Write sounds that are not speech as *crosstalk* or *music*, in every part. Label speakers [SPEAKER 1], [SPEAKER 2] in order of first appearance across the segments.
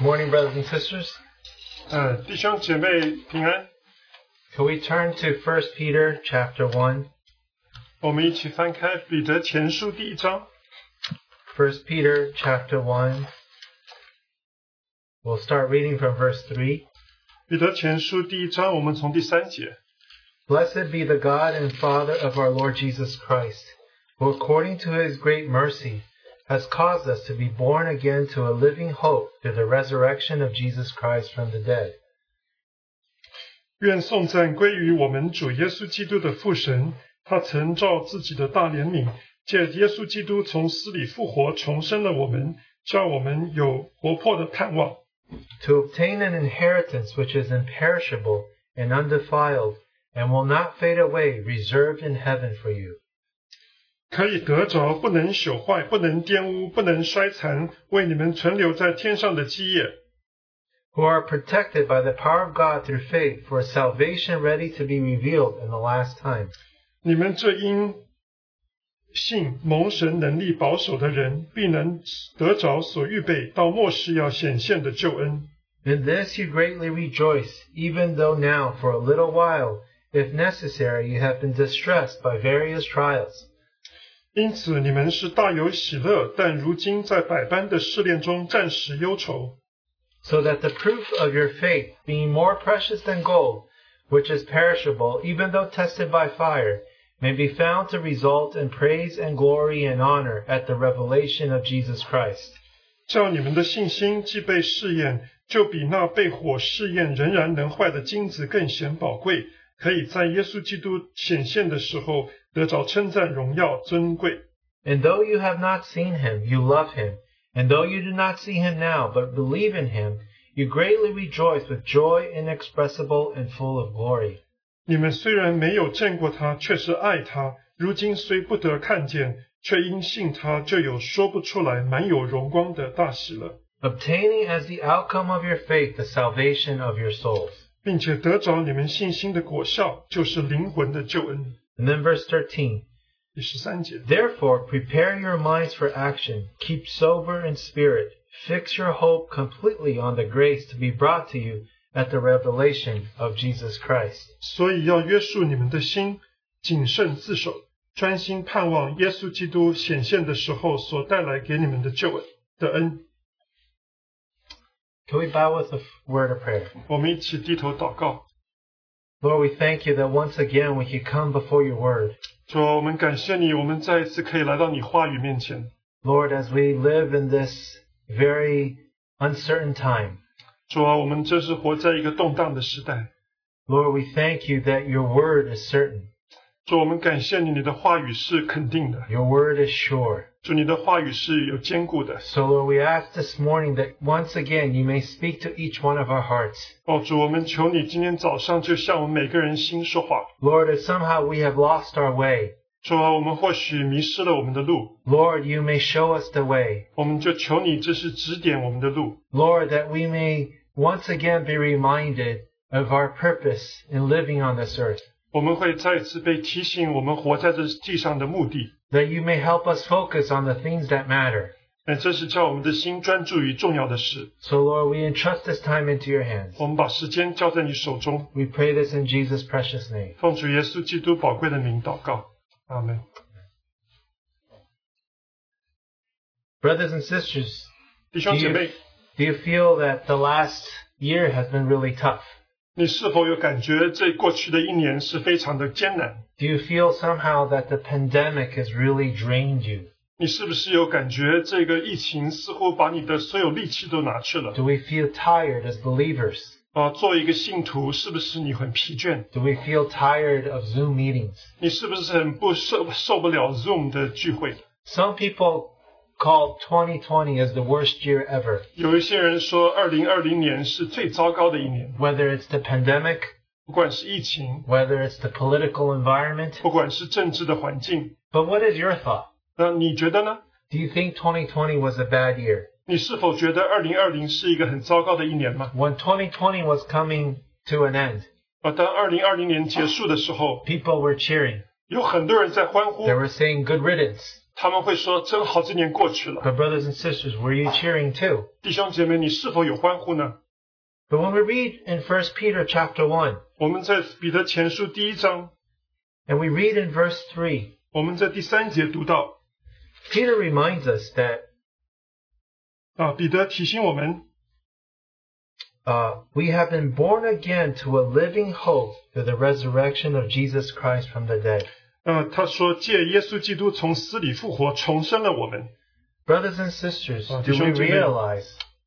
[SPEAKER 1] Morning, brothers and sisters.
[SPEAKER 2] 呃，弟兄姐妹平安，
[SPEAKER 1] Can we turn to 1 Peter chapter 1?
[SPEAKER 2] 我们一起翻开彼得前书第一章，
[SPEAKER 1] 1 Peter chapter 1. We'll start reading from verse 3.
[SPEAKER 2] 彼得前书第一章，我们从第三节，
[SPEAKER 1] Blessed be the God and Father of our Lord Jesus Christ, who according to his great mercy has caused us to be born again to a living hope through the resurrection of Jesus Christ from the dead.
[SPEAKER 2] 愿颂赞归于我们主耶稣基督的父神，他曾照自己的大怜悯，借耶稣基督从死里复活，重生了我们，叫我们有活泼的盼望，
[SPEAKER 1] to obtain an inheritance which is imperishable and undefiled and will not fade away, reserved in heaven for you.
[SPEAKER 2] 可以得着不能朽坏、不能玷污、不能衰残，为你们存留在天上的基业。
[SPEAKER 1] Who are protected by the power of God through faith for salvation ready to be revealed in the last time.
[SPEAKER 2] 你们这因信蒙神能力保守的人，必能得着所预备到末世要显现的救恩。
[SPEAKER 1] In this you greatly rejoice, even though now, for a little while, if necessary, you have been distressed by various trials,
[SPEAKER 2] 因此，你们是大有喜乐，但如今在百般的试炼中暂时忧愁。
[SPEAKER 1] so that the proof of your faith, being more precious than gold, which is perishable, even though tested by fire, may be found to result in praise and glory and honor at the revelation of Jesus Christ.
[SPEAKER 2] 叫你们的信心既被试验，就比那被火试验仍然能坏的金子更显宝贵，可以在耶稣基督显现的时候得着称赞、荣耀、尊贵。
[SPEAKER 1] And though you have not seen him, you love him. And though you do not see him now, but believe in him, you greatly rejoice with joy inexpressible and full of glory.
[SPEAKER 2] 你们虽然没有见过他，却是爱他；如今虽不得看见，却因信他，就有说不出来、满有荣光的大喜了，
[SPEAKER 1] Obtaining as the outcome of your faith the salvation of your souls.
[SPEAKER 2] 并且得着你们信心的果效，就是灵魂的救恩。
[SPEAKER 1] And then verse 13.
[SPEAKER 2] 第十三节，
[SPEAKER 1] Therefore, prepare your minds for action. Keep sober in spirit. Fix your hope completely on the grace to be brought to you at the revelation of Jesus Christ.
[SPEAKER 2] 所以要约束你们的心，谨慎自守，专心盼望耶稣基督显现的时候所带来给你们的救恩的恩。
[SPEAKER 1] Can we bow with a f- word of prayer?
[SPEAKER 2] 我们一起低头祷告，
[SPEAKER 1] Lord, we thank you that once again we can come before your word.
[SPEAKER 2] 主啊，我们感谢你，我们再一次可以来到你话语面前。
[SPEAKER 1] Lord, as we live in this very uncertain time,
[SPEAKER 2] 主啊，我们真是活在一个动荡的时代。
[SPEAKER 1] Lord, we thank you that your word is certain.
[SPEAKER 2] 主，啊我们感谢你，你的话语是肯定的。
[SPEAKER 1] Your word is sure.
[SPEAKER 2] 主，你的话语是有坚固的。
[SPEAKER 1] So, Lord, we ask this morning that once again you may speak to each one of our hearts.
[SPEAKER 2] 哦，主，我们求你今天早上就向我们每个人心说话。
[SPEAKER 1] Lord, if somehow we have lost our way,
[SPEAKER 2] 主啊，我们或许迷失了我们的路，
[SPEAKER 1] Lord, you may show us the way.
[SPEAKER 2] 我们就求你这是指点我们的路。
[SPEAKER 1] Lord, that we may once again be reminded of our purpose in living on this earth.
[SPEAKER 2] 我们会再次被提醒我们活在这地上的目的。
[SPEAKER 1] That you may help us focus on the things that matter.
[SPEAKER 2] 哎，这是叫我们的心专注于重要的事。
[SPEAKER 1] So, Lord, we entrust this time into your hands.
[SPEAKER 2] 我们把时间交在你手中，
[SPEAKER 1] We pray this in Jesus' precious name.
[SPEAKER 2] 奉主耶稣基督宝贵的名祷告，阿门。
[SPEAKER 1] Brothers and sisters,
[SPEAKER 2] 弟兄姐妹，
[SPEAKER 1] do you feel that the last year has been really tough?
[SPEAKER 2] 你是否有感觉这过去的一年是非常的艰难？
[SPEAKER 1] Do you feel somehow that the pandemic has really drained you?
[SPEAKER 2] 你是不是有感觉这个疫情似乎把你的所有力气都拿去了？
[SPEAKER 1] Do we feel tired as believers?
[SPEAKER 2] 啊，作为一个信徒，是不是你很疲倦？
[SPEAKER 1] Do we feel tired of Zoom meetings?
[SPEAKER 2] 你是不是很不受受不了 Zoom 的聚会？
[SPEAKER 1] Some people call 2020 as the worst year ever,
[SPEAKER 2] 有一些人说，二零二零年是最糟糕的一年，
[SPEAKER 1] whether it's the pandemic,
[SPEAKER 2] 不管是疫情，
[SPEAKER 1] whether it's the political environment.
[SPEAKER 2] 不管是政治的环境。
[SPEAKER 1] But what is your thought?
[SPEAKER 2] 那你觉得呢？
[SPEAKER 1] Do you think 2020 was a bad year?
[SPEAKER 2] 你是否觉得二零二零是一个很糟糕的一年吗？
[SPEAKER 1] When 2020 was coming to an end,
[SPEAKER 2] 啊，当二零二零年结束的时候，
[SPEAKER 1] people were cheering.
[SPEAKER 2] 有很多人在欢呼
[SPEAKER 1] They，were saying good riddance.
[SPEAKER 2] 他们会说：“真好，这年过去了。
[SPEAKER 1] But brothers and sisters, were you cheering too? ”
[SPEAKER 2] 弟兄姐妹，你是否有欢呼呢？
[SPEAKER 1] But when we read in 1 Peter chapter 1,
[SPEAKER 2] 我们在彼得前书第一章，
[SPEAKER 1] and we read in verse 3,
[SPEAKER 2] 我们在第三节读到
[SPEAKER 1] Peter reminds us that
[SPEAKER 2] 啊，彼得提醒我们，
[SPEAKER 1] uh, we have been born again to a living hope through the resurrection of Jesus Christ from the dead.
[SPEAKER 2] 呃，他说借耶稣基督从死里复活，重生了我们。
[SPEAKER 1] Brothers and sisters,
[SPEAKER 2] Oh,
[SPEAKER 1] do we
[SPEAKER 2] Shalom, Jimmy.
[SPEAKER 1] realize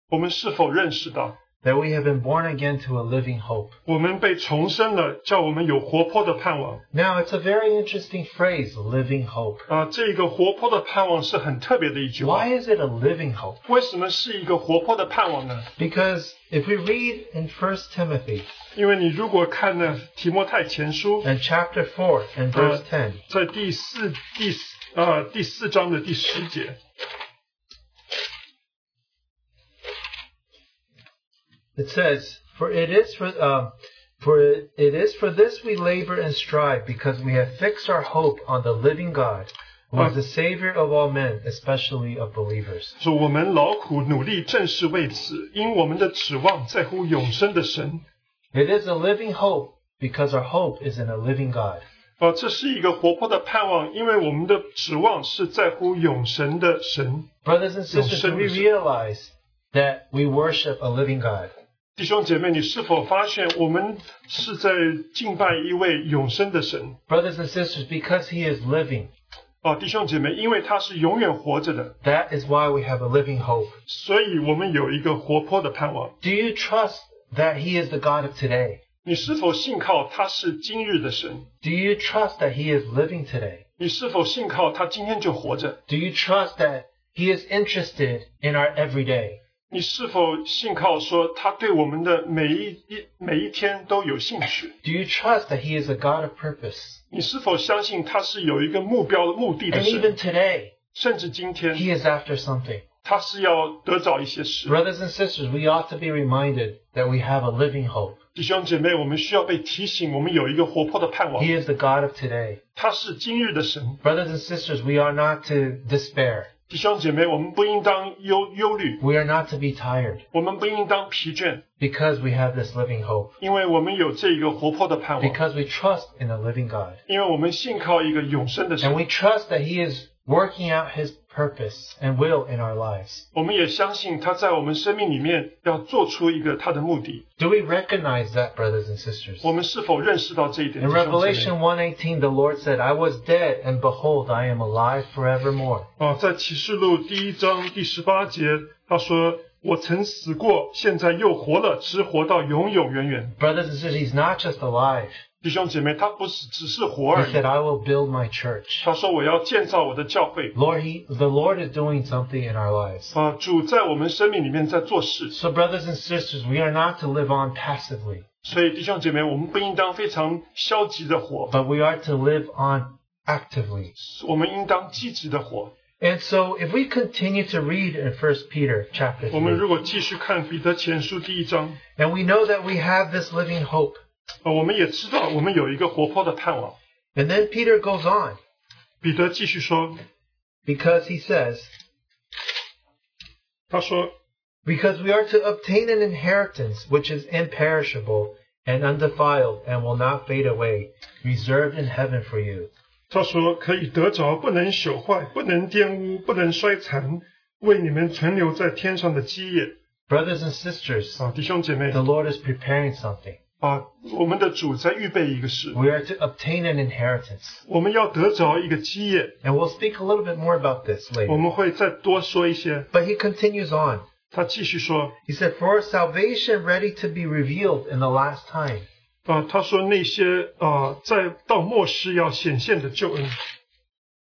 [SPEAKER 2] 我们是否认识到，
[SPEAKER 1] that we have been born again to a living hope?
[SPEAKER 2] 我们被重生了，叫我们有活泼的盼望？
[SPEAKER 1] Now, it's a very interesting phrase, living hope.
[SPEAKER 2] 啊，这个活泼的盼望是很特别的一句话
[SPEAKER 1] Why。is it a living hope?
[SPEAKER 2] 为什么是一个活泼的盼望呢？
[SPEAKER 1] Because if we read in 1 Timothy
[SPEAKER 2] 因为你如果看呢提摩太前书，
[SPEAKER 1] and chapter 4 and verse 10,
[SPEAKER 2] 在第四第四啊第四章的第十节，
[SPEAKER 1] It says, "For it is for um, for it is for this we labor and strive, because we have fixed our hope on the living God, who is the Savior of all men, especially of believers."
[SPEAKER 2] 说我们劳苦努力，正是为此，因我们的指望在乎永生的神。
[SPEAKER 1] It is a living hope because our hope is in a living God.
[SPEAKER 2] 啊，这是一个活泼的盼望，因为我们的指望是在乎永神的神。
[SPEAKER 1] Brothers and sisters, do we
[SPEAKER 2] Yes.
[SPEAKER 1] realize that we worship a living God?
[SPEAKER 2] 弟兄姐妹，你是否发现我们是在敬拜一位永生的神？
[SPEAKER 1] Brothers and sisters, because He is living,
[SPEAKER 2] 啊，弟兄姐妹，因为他是永远活着的，
[SPEAKER 1] that is why we have a living hope.
[SPEAKER 2] 所以我们有一个活泼的盼望。
[SPEAKER 1] Do you trust that He is the God of today?
[SPEAKER 2] 你是否信靠他是今日的神？
[SPEAKER 1] Do you trust that He is living today?
[SPEAKER 2] 你是否信靠他今天就活着？
[SPEAKER 1] Do you trust that He is interested in our everyday?
[SPEAKER 2] 你是否信靠说他对我们的每一一每一天都有兴趣？
[SPEAKER 1] Do you trust that He is a God of purpose?
[SPEAKER 2] 你是否相信他是有一个目标的目的的
[SPEAKER 1] And even
[SPEAKER 2] 神？
[SPEAKER 1] today,
[SPEAKER 2] 甚至今天，
[SPEAKER 1] He is after something.
[SPEAKER 2] 他是要得着一些事。
[SPEAKER 1] Brothers and sisters, we ought to be reminded that we have a living hope.
[SPEAKER 2] 弟兄姐妹，我们需要被提醒，我们有一个活泼的盼望
[SPEAKER 1] He。is the God of today.
[SPEAKER 2] 他是今日的神。
[SPEAKER 1] Brothers and sisters, we are not to despair.
[SPEAKER 2] 弟兄姐妹，我们不应当忧忧虑，
[SPEAKER 1] We are not to be tired
[SPEAKER 2] 我们不应当疲倦，
[SPEAKER 1] because we have this living hope,
[SPEAKER 2] 因为我们有这个活泼的盼望，
[SPEAKER 1] because we trust in a living God.
[SPEAKER 2] 因为我们信靠一个永生的
[SPEAKER 1] And
[SPEAKER 2] 神。
[SPEAKER 1] we trust that He is working out His purpose and will in our lives.
[SPEAKER 2] 我们也相信他在我们生命里面要做出一个他的目的。
[SPEAKER 1] Do we recognize that, brothers and sisters?
[SPEAKER 2] 我们是否认识到这一点？
[SPEAKER 1] In
[SPEAKER 2] 弟兄姐妹
[SPEAKER 1] Revelation 1:18, the Lord said, "I was dead, and behold, I am alive forevermore."
[SPEAKER 2] 啊，在启示录第一章第十八节，他说：“我曾死过，现在又活了，直活到永永远远。
[SPEAKER 1] Brothers and sisters, He's not just alive. ”
[SPEAKER 2] 弟兄姐妹，他不是只是活而
[SPEAKER 1] He
[SPEAKER 2] 已。
[SPEAKER 1] said, "I will build my church."
[SPEAKER 2] 他说：“我要建造我的教会。
[SPEAKER 1] Lord, He, the Lord is doing something in our lives. ”
[SPEAKER 2] 啊，主在我们生命里面在做事，
[SPEAKER 1] So, brothers and sisters, we are not to live on passively,
[SPEAKER 2] 所以弟兄姐妹，我们不应当非常消极的活，
[SPEAKER 1] but we are to live on actively.
[SPEAKER 2] 我们应当积极的活。
[SPEAKER 1] And so, if we continue to read in 1 Peter chapter
[SPEAKER 2] 我们
[SPEAKER 1] 3,
[SPEAKER 2] 如果继续看彼得前书第一章，
[SPEAKER 1] and we know that we have this living hope,
[SPEAKER 2] 呃，我们也知道我们有一个活泼的盼望。
[SPEAKER 1] and then Peter goes on
[SPEAKER 2] 彼得继续说，
[SPEAKER 1] because he says.
[SPEAKER 2] 他说
[SPEAKER 1] Because we are to obtain an inheritance which is imperishable and undefiled and will not fade away, reserved in heaven for you.
[SPEAKER 2] 他说：“可以得着，不能朽坏，不能玷污，不能衰残，为你们存留在天上的基业。
[SPEAKER 1] Brothers and sisters, ”
[SPEAKER 2] 啊，弟兄姐妹
[SPEAKER 1] the Lord is preparing something.
[SPEAKER 2] 啊，我们的主在预备一个事，
[SPEAKER 1] We are to obtain an inheritance.
[SPEAKER 2] 我们要得着一个基业。
[SPEAKER 1] And we'll speak a little bit more about this
[SPEAKER 2] 我
[SPEAKER 1] later.
[SPEAKER 2] 们会再多说一些。
[SPEAKER 1] But he continues on.
[SPEAKER 2] 他继续说
[SPEAKER 1] He said, For salvation ready to be revealed in the last time.：“
[SPEAKER 2] 啊，他说那些啊，在到末世要显现的救恩。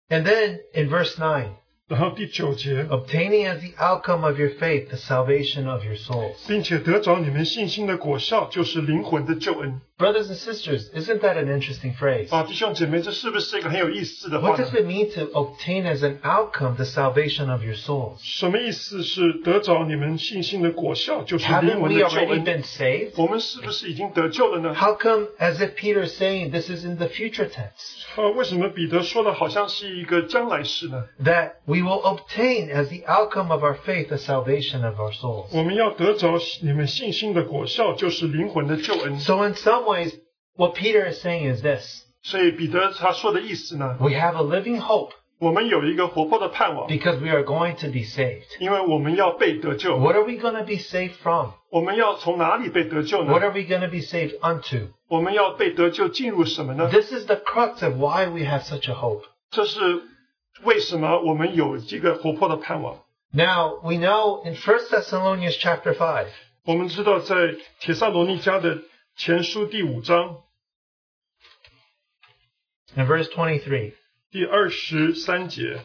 [SPEAKER 1] And then in verse 9,
[SPEAKER 2] 然后第九节，啊
[SPEAKER 1] obtaining as the outcome of your faith the salvation of your souls.
[SPEAKER 2] 并且得着你们信心的果效，就是灵魂的救恩。
[SPEAKER 1] Brothers and sisters, isn't that an interesting phrase?
[SPEAKER 2] 啊，弟兄姐妹，这是不是一个很有意思的话
[SPEAKER 1] What
[SPEAKER 2] 呢
[SPEAKER 1] does？it mean to obtain as an outcome the salvation of your souls?
[SPEAKER 2] 什么意思是得着你们信心的果效，就是灵
[SPEAKER 1] Haven't
[SPEAKER 2] 魂
[SPEAKER 1] we
[SPEAKER 2] 的救
[SPEAKER 1] already
[SPEAKER 2] 恩？
[SPEAKER 1] been saved?
[SPEAKER 2] 我们是不是已经得救了呢？
[SPEAKER 1] How come, as if Peter is saying this is in the future tense,
[SPEAKER 2] 呃，为什么彼得说的好像是一个将来式呢？
[SPEAKER 1] that we will obtain as the outcome of our faith the salvation of our souls?
[SPEAKER 2] 我们要得着你们信心的果效，就是灵魂的救恩。
[SPEAKER 1] So, in some ways, what Peter is saying is this
[SPEAKER 2] 所以彼得他说的意思呢，
[SPEAKER 1] we have a living hope
[SPEAKER 2] 我们有一个活泼的盼望，
[SPEAKER 1] because we are going to be saved.
[SPEAKER 2] 因为我们要被得救。
[SPEAKER 1] What are we going to be saved from?
[SPEAKER 2] 我们要从哪里被得救呢
[SPEAKER 1] What？are we going to be saved unto?
[SPEAKER 2] 我们要被得救进入什么呢？
[SPEAKER 1] This is the crux of why we have such a hope.
[SPEAKER 2] 这是为什么我们有这个活泼的盼望。
[SPEAKER 1] Now, we know in 1 Thessalonians chapter 5,
[SPEAKER 2] 我们知道，在铁萨罗尼迦的前书第五章
[SPEAKER 1] in verse 23,
[SPEAKER 2] 第二十三节，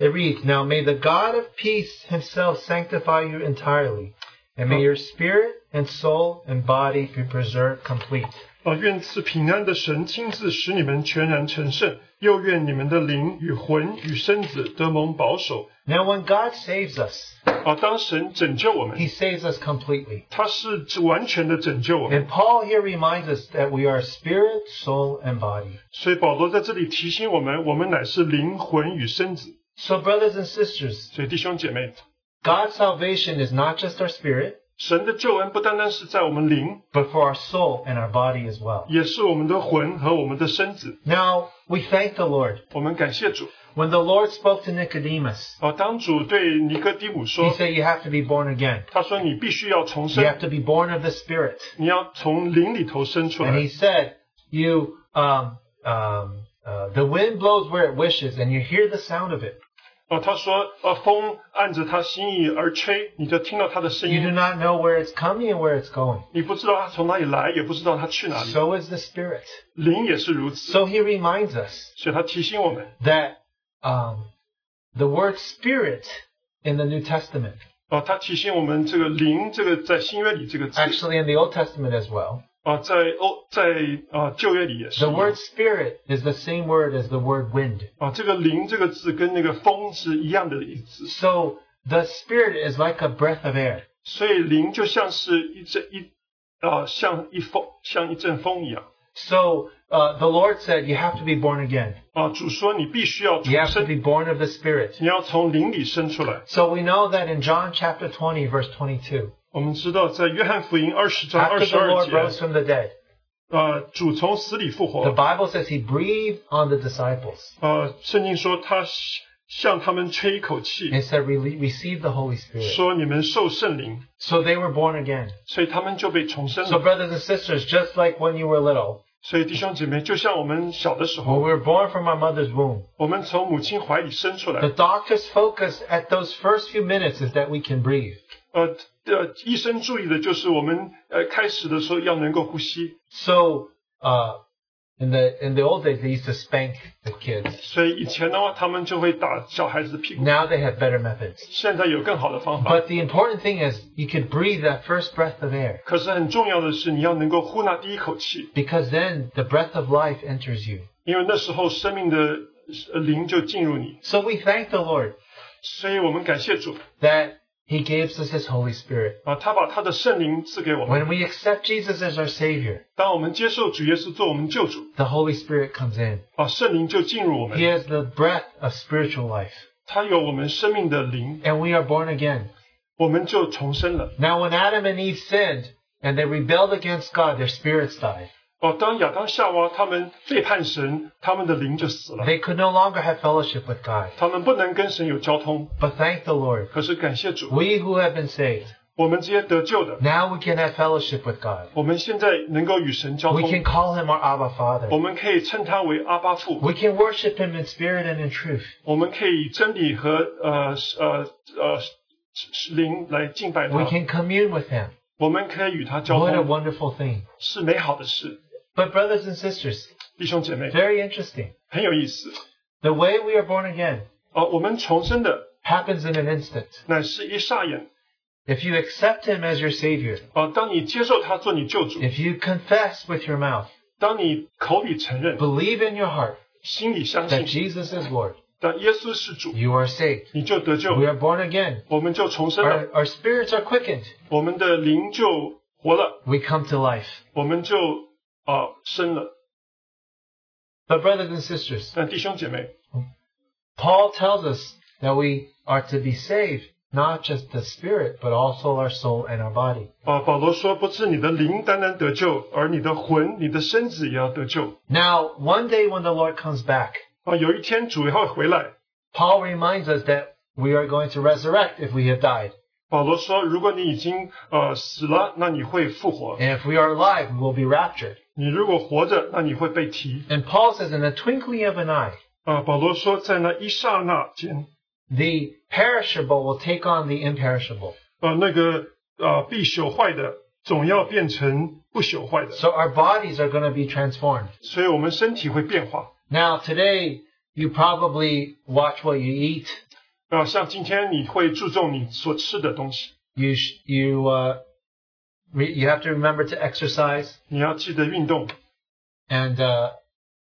[SPEAKER 1] it reads, Now may the God of peace himself sanctify you entirely, and may your spirit and soul and body be preserved complete.
[SPEAKER 2] 啊，愿赐平安的神亲自使你们全然成圣，又愿你们的灵与魂与身子得蒙保守。
[SPEAKER 1] Now, when God saves us,
[SPEAKER 2] 啊，当神拯救我们，
[SPEAKER 1] he saves us completely.
[SPEAKER 2] 他是完全的拯救我
[SPEAKER 1] And
[SPEAKER 2] 们。
[SPEAKER 1] Paul here reminds us that we are spirit, soul, and body.
[SPEAKER 2] 所以保罗在这里提醒我们，我们乃是灵魂与身子。
[SPEAKER 1] So, brothers and sisters,
[SPEAKER 2] 所以弟兄姐妹，
[SPEAKER 1] God's salvation is not just our spirit,
[SPEAKER 2] 神的救恩不单单是在我们灵，
[SPEAKER 1] but for our soul and our body as well.
[SPEAKER 2] 也是我们的魂和我们的身子。
[SPEAKER 1] Now, we thank the Lord.
[SPEAKER 2] 我们感谢主。
[SPEAKER 1] When the Lord spoke to Nicodemus,
[SPEAKER 2] 啊，当主对尼哥底母
[SPEAKER 1] he
[SPEAKER 2] 说，
[SPEAKER 1] said, You have to be born again.
[SPEAKER 2] 他说你必须要重
[SPEAKER 1] You have
[SPEAKER 2] 生，
[SPEAKER 1] to be born of the Spirit.
[SPEAKER 2] 你要从灵里头生出
[SPEAKER 1] And
[SPEAKER 2] 来
[SPEAKER 1] he。said, You, um, um, uh, the wind blows where it wishes, and you hear the sound of it.
[SPEAKER 2] 啊，他说，啊，风按着他心意而吹，你就听到他的声
[SPEAKER 1] You do
[SPEAKER 2] 音。
[SPEAKER 1] not know where it's coming and where it's going.
[SPEAKER 2] 你不知道他从哪里来，也不知道他去哪里。
[SPEAKER 1] So is the Spirit.
[SPEAKER 2] 灵也是如此，
[SPEAKER 1] So he reminds us
[SPEAKER 2] 所以他提醒我们，
[SPEAKER 1] that um, the word Spirit in the New Testament,
[SPEAKER 2] 啊，他提醒我们这个灵，这个在新约里这个词，
[SPEAKER 1] actually in the Old Testament as well,
[SPEAKER 2] 啊，在哦，在啊旧约里也是
[SPEAKER 1] the。word Spirit is the same word as the word wind.
[SPEAKER 2] 啊，这个灵这个字跟那个风是一样的意思，
[SPEAKER 1] So the Spirit is like a breath of air.
[SPEAKER 2] 所以灵就像是一阵一啊，像一风，像一阵风一样。
[SPEAKER 1] So uh, the Lord said, You have to be born again.
[SPEAKER 2] 啊，主说你必须要重
[SPEAKER 1] You have to
[SPEAKER 2] 生，
[SPEAKER 1] be born of the Spirit.
[SPEAKER 2] 你要从灵里生出来。
[SPEAKER 1] So we know that in John chapter 20, verse 22,
[SPEAKER 2] 我们知道，在约翰福音二十章二
[SPEAKER 1] after
[SPEAKER 2] 十
[SPEAKER 1] the
[SPEAKER 2] 二
[SPEAKER 1] Lord
[SPEAKER 2] 节
[SPEAKER 1] rose，from the dead,
[SPEAKER 2] 呃，主从死里复
[SPEAKER 1] the
[SPEAKER 2] 活。
[SPEAKER 1] Bible says he breathed on the disciples
[SPEAKER 2] 呃，圣经说他向他们吹一口气，
[SPEAKER 1] and said, "Rele- Receive the Holy Spirit.
[SPEAKER 2] 说你们受圣灵，
[SPEAKER 1] So they were born again.
[SPEAKER 2] 所以他们就被重生
[SPEAKER 1] So,
[SPEAKER 2] 了。
[SPEAKER 1] brothers and sisters, just like when you were little,
[SPEAKER 2] 所以弟兄姐妹，就像我们小的时
[SPEAKER 1] when
[SPEAKER 2] 候，
[SPEAKER 1] we were born from our mother's womb,
[SPEAKER 2] 我们从母亲怀里生出来
[SPEAKER 1] the，doctor's focus at those first few minutes is that we can breathe.
[SPEAKER 2] 呃呃，医生注意的就是我们呃开始的时候要能够呼吸，
[SPEAKER 1] So, uh, in the in the old days, they used to spank the kids.
[SPEAKER 2] 所以以前的话他们就会打小孩子的屁股，
[SPEAKER 1] Now they have better methods.
[SPEAKER 2] 现在有更好的方法。
[SPEAKER 1] But the important thing is you could breathe that first breath of air
[SPEAKER 2] 可是很重要的是，你要能够呼那第一口气，
[SPEAKER 1] because then the breath of life enters you.
[SPEAKER 2] 因为那时候生命的呃灵就进入你。
[SPEAKER 1] So we thank the Lord
[SPEAKER 2] 所以我们感谢主
[SPEAKER 1] that He gives us His Holy Spirit.
[SPEAKER 2] 啊，他把他的圣灵赐给我们。
[SPEAKER 1] When we accept Jesus as our Savior,
[SPEAKER 2] 当我们接受主耶稣做我们救主
[SPEAKER 1] the Holy Spirit comes in.
[SPEAKER 2] 啊，圣灵就进入我
[SPEAKER 1] He
[SPEAKER 2] 们，
[SPEAKER 1] has the breath of spiritual life,
[SPEAKER 2] 他有我们生命的灵，
[SPEAKER 1] and we are born again.
[SPEAKER 2] 我们就重生了。
[SPEAKER 1] Now, when Adam and Eve sinned and they rebelled against God, their spirits died.
[SPEAKER 2] 哦、当亚当夏娃他们背叛神，他们的灵就死了，
[SPEAKER 1] They could no longer have fellowship with God.
[SPEAKER 2] 他们不能跟神有交通。
[SPEAKER 1] But thank the Lord,
[SPEAKER 2] 可是感谢主，
[SPEAKER 1] we who have been saved,
[SPEAKER 2] 我们这些得救的，
[SPEAKER 1] now we can have fellowship with God.
[SPEAKER 2] 我们现在能够与神交
[SPEAKER 1] We can
[SPEAKER 2] 通，
[SPEAKER 1] call him our Abba
[SPEAKER 2] 我
[SPEAKER 1] Father.
[SPEAKER 2] 们可以称他为阿巴父。
[SPEAKER 1] We can worship him in spirit and in truth.
[SPEAKER 2] 我们可以以真理和呃呃呃灵来敬拜
[SPEAKER 1] We
[SPEAKER 2] 他，
[SPEAKER 1] can commune with him.
[SPEAKER 2] 我们可以与他交
[SPEAKER 1] What a
[SPEAKER 2] 通，
[SPEAKER 1] wonderful thing.
[SPEAKER 2] 是美好的事，
[SPEAKER 1] But, brothers and sisters,
[SPEAKER 2] 弟兄姐妹，
[SPEAKER 1] very interesting.
[SPEAKER 2] 很有意思。
[SPEAKER 1] The way we are born again
[SPEAKER 2] 而我们重生的
[SPEAKER 1] happens in an instant.
[SPEAKER 2] 乃是一霎眼。
[SPEAKER 1] If you accept Him as your Savior,
[SPEAKER 2] 而当你接受他做你救主，
[SPEAKER 1] if you confess with your mouth,
[SPEAKER 2] 当你口里承认，
[SPEAKER 1] believe in your heart
[SPEAKER 2] 心里相
[SPEAKER 1] that
[SPEAKER 2] 信，
[SPEAKER 1] Jesus is Lord,
[SPEAKER 2] 但耶稣是主，
[SPEAKER 1] you are saved.
[SPEAKER 2] 你就得救
[SPEAKER 1] We，are born again.
[SPEAKER 2] 我们就重生了，
[SPEAKER 1] Our, our spirits are quickened.
[SPEAKER 2] 我们的灵就活了，
[SPEAKER 1] We come to life.
[SPEAKER 2] 我们就啊生了。
[SPEAKER 1] But, brothers and sisters,
[SPEAKER 2] 但弟兄姐妹，
[SPEAKER 1] Paul tells us that we are to be saved, not just the spirit, but also our soul and our body.
[SPEAKER 2] 啊，保罗说，不是你的灵单单得救，而你的魂、你的身子也要得救。
[SPEAKER 1] Now, one day when the Lord comes back,
[SPEAKER 2] 啊，有一天主也会回来。
[SPEAKER 1] Paul reminds us that we are going to resurrect if we have died.
[SPEAKER 2] 保罗说，如果你已经呃死了，那你会复活；
[SPEAKER 1] And if we are alive, we will be raptured.
[SPEAKER 2] 你如果活着，那你会被提。
[SPEAKER 1] And Paul says, in the twinkling of an eye,
[SPEAKER 2] 啊，保罗说，在那一刹那间，
[SPEAKER 1] the perishable will take on the imperishable.
[SPEAKER 2] 呃，那个呃必朽坏的，总要变成不朽坏的，
[SPEAKER 1] So our bodies are going to be transformed.
[SPEAKER 2] 所以我们身体会变化。
[SPEAKER 1] Now, today, you probably watch what you eat.
[SPEAKER 2] 啊、像今天你会注重你所吃的东西，
[SPEAKER 1] You, sh- you, uh, re- you have to remember to exercise.
[SPEAKER 2] 你要记得运动。
[SPEAKER 1] And uh,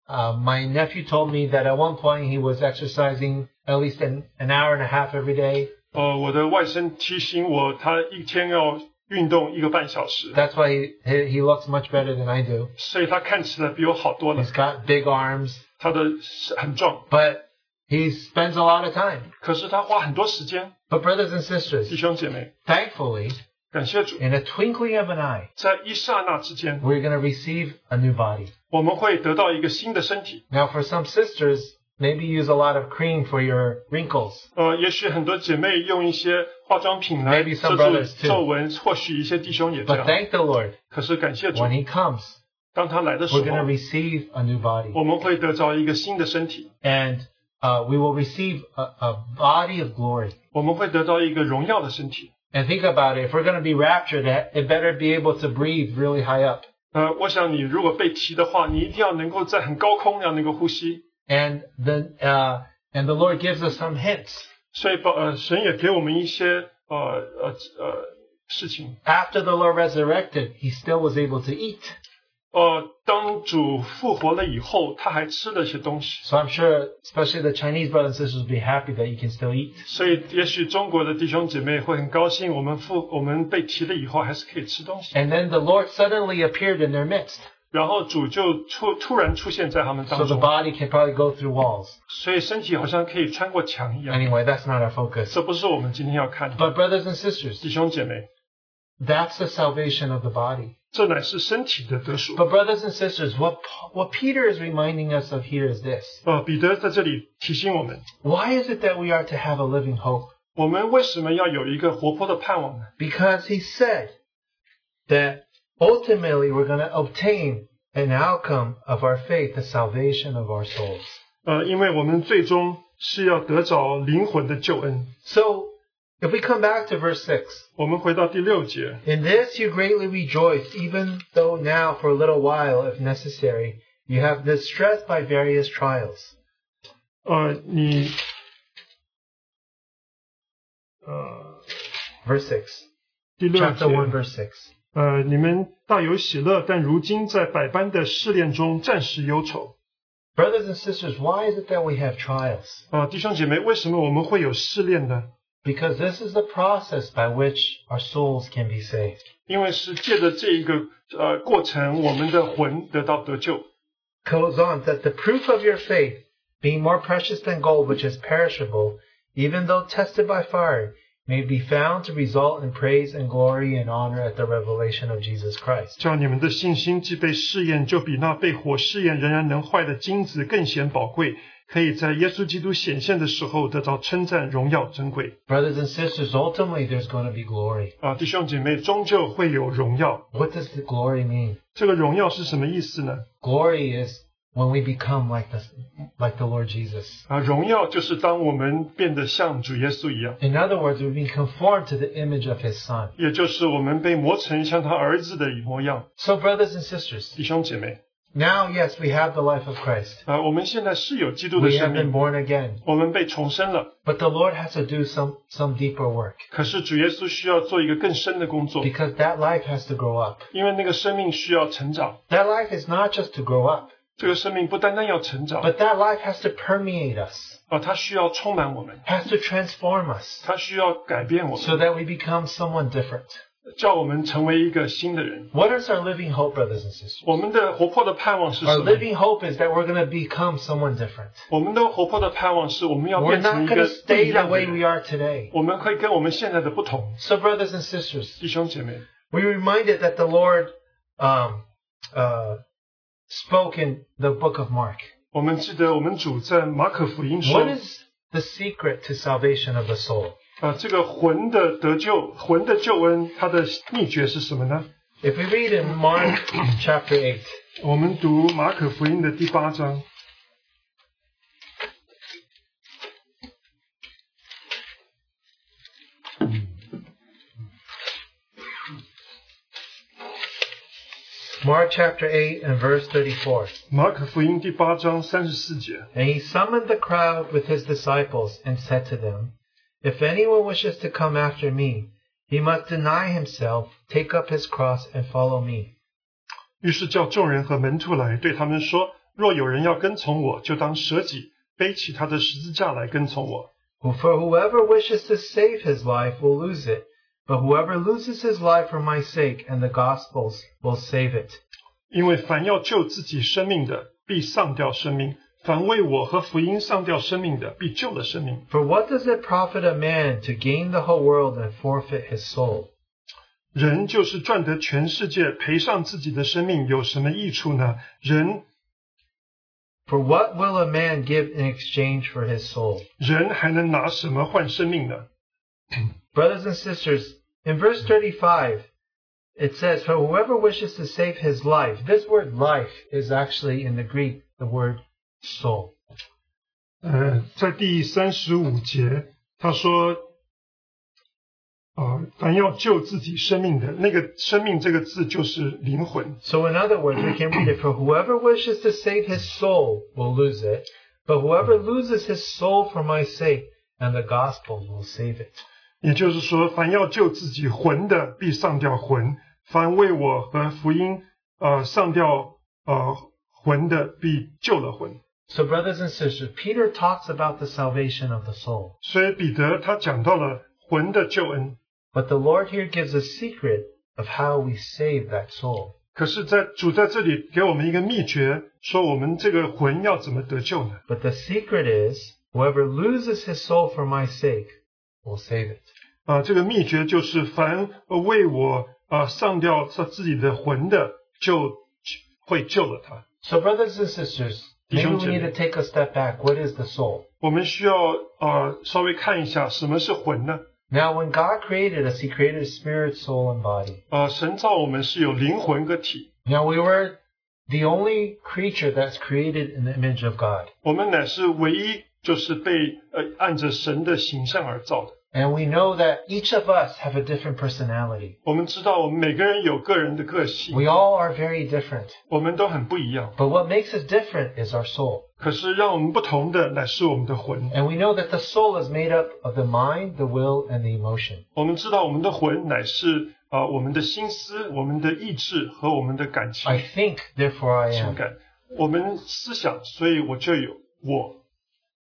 [SPEAKER 1] uh, my nephew told me that at one point he was exercising at least an, an hour and a half every day.
[SPEAKER 2] 呃，我的外甥提醒我，他一天要运动一个半小时，
[SPEAKER 1] That's why he, he, he looks much better than I do.
[SPEAKER 2] 所以他看起来比我好多了
[SPEAKER 1] He's。got big arms,
[SPEAKER 2] 他的是很壮，
[SPEAKER 1] but he spends a lot of time.
[SPEAKER 2] 可是他花很多时间。
[SPEAKER 1] But brothers and
[SPEAKER 2] 弟
[SPEAKER 1] sisters,
[SPEAKER 2] 兄姐妹，
[SPEAKER 1] thankfully,
[SPEAKER 2] 感谢主，
[SPEAKER 1] in a twinkling of an eye,
[SPEAKER 2] 在一刹那之间，
[SPEAKER 1] we're going to receive a new body.
[SPEAKER 2] 我们会得到一个新的身体。
[SPEAKER 1] Now, for some sisters, maybe use a lot of cream for your wrinkles.
[SPEAKER 2] 呃，也许很多姐妹用一些化妆品来
[SPEAKER 1] Maybe
[SPEAKER 2] 遮
[SPEAKER 1] some
[SPEAKER 2] 住
[SPEAKER 1] brothers too.
[SPEAKER 2] 皱纹，或许一些弟兄也这
[SPEAKER 1] But
[SPEAKER 2] 样。
[SPEAKER 1] thank the Lord,
[SPEAKER 2] 可是感谢主
[SPEAKER 1] when，he comes,
[SPEAKER 2] 当他来的时
[SPEAKER 1] we're going to
[SPEAKER 2] 候，
[SPEAKER 1] receive a new body.
[SPEAKER 2] 我们会得到一个新的身体，
[SPEAKER 1] And uh, we will receive a, a body of glory.
[SPEAKER 2] 我们会得到一个荣耀的身体。
[SPEAKER 1] And think about it, if we're going to be raptured, it better be able to breathe really high up.
[SPEAKER 2] 呃，我想你如果被提的话，你一定要能够在很高空要能够呼吸。
[SPEAKER 1] and the uh, and the Lord gives us some hints.
[SPEAKER 2] 所以，保呃，神也给我们一些呃呃呃事情。
[SPEAKER 1] After the Lord resurrected, he still was able to eat.
[SPEAKER 2] 呃，当主复活了以后，他还吃了些东西，
[SPEAKER 1] So I'm sure, especially the Chinese brothers and sisters, will be happy that you can still eat.
[SPEAKER 2] 所以也许中国的弟兄姐妹会很高兴，我们复我们被提了以后还是可以吃东西。
[SPEAKER 1] And then the Lord suddenly appeared in their midst,
[SPEAKER 2] 然后主就突突然出现在他们
[SPEAKER 1] so the
[SPEAKER 2] 当中，
[SPEAKER 1] body can probably go through walls.
[SPEAKER 2] 所以身体好像可以穿过墙一样。
[SPEAKER 1] Anyway, that's not our focus.
[SPEAKER 2] 这不是我们今天要看的，
[SPEAKER 1] But brothers and
[SPEAKER 2] 弟
[SPEAKER 1] sisters,
[SPEAKER 2] 兄姐妹，
[SPEAKER 1] that's the salvation of the body.
[SPEAKER 2] 这乃是身体的得赎。
[SPEAKER 1] But brothers and sisters, what Pa- what Peter is reminding us of here is this:
[SPEAKER 2] 呃，彼得在这里提醒我们，
[SPEAKER 1] Why is it that we are to have a living hope?
[SPEAKER 2] 我们为什么要有一个活泼的盼望呢？
[SPEAKER 1] because he said that ultimately we're going to obtain an outcome of our faith, the salvation of our souls.
[SPEAKER 2] 呃，因为我们最终是要得着灵魂的救恩。
[SPEAKER 1] So, if we come back to verse 6,
[SPEAKER 2] 我们回到第六节，
[SPEAKER 1] in this you greatly rejoice, even though now for a little while, if necessary, you have distressed by various trials.
[SPEAKER 2] 呃，你，呃，
[SPEAKER 1] Verse 6,
[SPEAKER 2] 第六
[SPEAKER 1] chapter 1,
[SPEAKER 2] 节，
[SPEAKER 1] verse 6.
[SPEAKER 2] 呃，你们大有喜乐，但如今在百般的试炼中暂时忧愁。
[SPEAKER 1] Brothers and sisters, why is it that we have trials?
[SPEAKER 2] 啊、弟兄姐妹，为什么我们会有试炼呢？
[SPEAKER 1] Because this is the process by which our souls can be saved.
[SPEAKER 2] 因为是借着这一个呃过程，我们的魂得到得救。
[SPEAKER 1] goes on that the proof of your faith, being more precious than gold, which is perishable, even though tested by fire, may be found to result in praise and glory and honor at the revelation of Jesus Christ.
[SPEAKER 2] 叫你们的信心既被试验，就比那被火试验仍然能坏的金子更显宝贵，可以在耶稣基督显现的时候得到称赞、荣耀、珍贵。
[SPEAKER 1] Brothers and sisters, ultimately there's going to be glory.
[SPEAKER 2] 啊、弟兄姐妹，终究会有荣耀。
[SPEAKER 1] What does the glory mean?
[SPEAKER 2] 这个荣耀是什么意思呢？
[SPEAKER 1] Glory is when we become like the, like the Lord Jesus.
[SPEAKER 2] 啊，荣耀就是当我们变得像主耶稣一样，
[SPEAKER 1] In other words, we've been conformed to the image of his son.
[SPEAKER 2] 也就是我们被磨成像他儿子的模样。
[SPEAKER 1] So, brothers and sisters,
[SPEAKER 2] 弟兄姐妹，
[SPEAKER 1] Now, yes, we have the life of Christ.
[SPEAKER 2] 啊、我们现在是有基督的
[SPEAKER 1] We
[SPEAKER 2] 生
[SPEAKER 1] have been
[SPEAKER 2] 命，
[SPEAKER 1] born again.
[SPEAKER 2] 我们被重生了。
[SPEAKER 1] But the Lord has to do some, some deeper work
[SPEAKER 2] 可是主耶稣需要做一个更深的工作，
[SPEAKER 1] because that life has to grow up.
[SPEAKER 2] 因为那个生命需要成长。
[SPEAKER 1] That life is not just to grow up,
[SPEAKER 2] 这个生命不单单要成长，啊、
[SPEAKER 1] but that life has to permeate us,
[SPEAKER 2] 它需要充满我们，
[SPEAKER 1] has to transform us
[SPEAKER 2] 它需要改变我
[SPEAKER 1] so
[SPEAKER 2] 们，
[SPEAKER 1] that we become someone different.
[SPEAKER 2] 叫我们成为一个新的人。
[SPEAKER 1] What is our living hope, brothers and sisters?
[SPEAKER 2] 我们的活泼的盼望是什
[SPEAKER 1] Our
[SPEAKER 2] 么？
[SPEAKER 1] living hope is that we're going to become someone different.
[SPEAKER 2] 我们的活泼的盼望是我们要
[SPEAKER 1] We're
[SPEAKER 2] 变成
[SPEAKER 1] not
[SPEAKER 2] 一
[SPEAKER 1] going
[SPEAKER 2] 个
[SPEAKER 1] to
[SPEAKER 2] 不一
[SPEAKER 1] stay the
[SPEAKER 2] 样的
[SPEAKER 1] way we
[SPEAKER 2] 人。
[SPEAKER 1] are today.
[SPEAKER 2] 我们会跟我们现在的不同，
[SPEAKER 1] So, brothers and sisters,
[SPEAKER 2] 弟兄姐妹，
[SPEAKER 1] we reminded that the Lord um, uh, spoke in the book of Mark.
[SPEAKER 2] 我们记得我们主在马可福音说
[SPEAKER 1] What，is the secret to salvation of the soul?
[SPEAKER 2] 啊，这个魂的得救，魂的救恩，它的秘诀是什么呢？
[SPEAKER 1] If we read in Mark chapter 8,
[SPEAKER 2] 我们读马可福音的第八章，
[SPEAKER 1] Mark chapter 8 and verse 34.
[SPEAKER 2] 马可福音第八章三十四节，
[SPEAKER 1] And he summoned the crowd with his disciples and said to them, If anyone wishes to come after me, he must deny himself, take up his cross, and follow me.
[SPEAKER 2] 于是叫众人和门徒来，对他们说：若有人要跟从我，就当舍己，背起他的十字架来跟从我。
[SPEAKER 1] Who- For whoever wishes to save his life will lose it, but whoever loses his life for my sake and the gospel's will save it.
[SPEAKER 2] 因为凡要救自己生命的，必丧掉生命；凡为我和福音丧掉生命的，必救了生命。
[SPEAKER 1] For what does it profit a man to gain the whole world and forfeit his soul?
[SPEAKER 2] 人就是赚得全世界，赔上自己的生命，有什么益处呢？人，
[SPEAKER 1] For what will a man give in exchange for his soul?
[SPEAKER 2] 人还能拿什么换生命呢？
[SPEAKER 1] Brothers and sisters, in verse 35, it says, For whoever wishes to save his life, this word life is actually in the Greek the word soul.
[SPEAKER 2] 呃，在第三十五节，他说，呃，凡要救自己生命的，那个“生命”这个字就是灵魂。
[SPEAKER 1] So, in other words, we can read it For whoever wishes to save his soul will lose it, but whoever loses his soul for my sake and the gospel will save it.
[SPEAKER 2] 也就是说，凡要救自己魂的，必上吊魂；凡为我和福音，呃，上吊呃魂的，必救了魂。
[SPEAKER 1] So, brothers and sisters, Peter talks about the salvation of the soul,
[SPEAKER 2] 所以彼得他讲到了魂的救恩，
[SPEAKER 1] but the Lord here gives a secret of how we save that soul.
[SPEAKER 2] 可是在，主在这里给我们一个秘诀，说我们这个魂要怎么得救呢？
[SPEAKER 1] But the secret is whoever loses his soul for my sake will save it.
[SPEAKER 2] 啊、这个秘诀就是凡呃为我啊、呃上吊他自己的魂的，就会救了他。
[SPEAKER 1] So, brothers and sisters, maybe we need to take a step back. What is the soul?
[SPEAKER 2] 我们需要呃稍微看一下什么是魂呢？
[SPEAKER 1] Now, when God created us, He created spirit, soul, and body.
[SPEAKER 2] 呃，神造我们是有灵魂个体，
[SPEAKER 1] Now, we were the only creature that's created in the image of God.
[SPEAKER 2] 我们乃是唯一就是被呃按着神的形象而造的。
[SPEAKER 1] And we know that each of us have a different personality.
[SPEAKER 2] 我们知道我们每个人有个人的个性，
[SPEAKER 1] We all are very different.
[SPEAKER 2] 我们都很不一样。
[SPEAKER 1] But what makes us different is our soul.
[SPEAKER 2] 可是让我们不同的乃是我们的魂。
[SPEAKER 1] And we know that the soul is made up of the mind, the will, and the emotion.
[SPEAKER 2] 我们知道我们的魂乃是呃我们的心思、我们的意志和我们的感情、
[SPEAKER 1] I think, therefore I
[SPEAKER 2] 情
[SPEAKER 1] am.
[SPEAKER 2] 感。嗯我们思想，所以我就有我。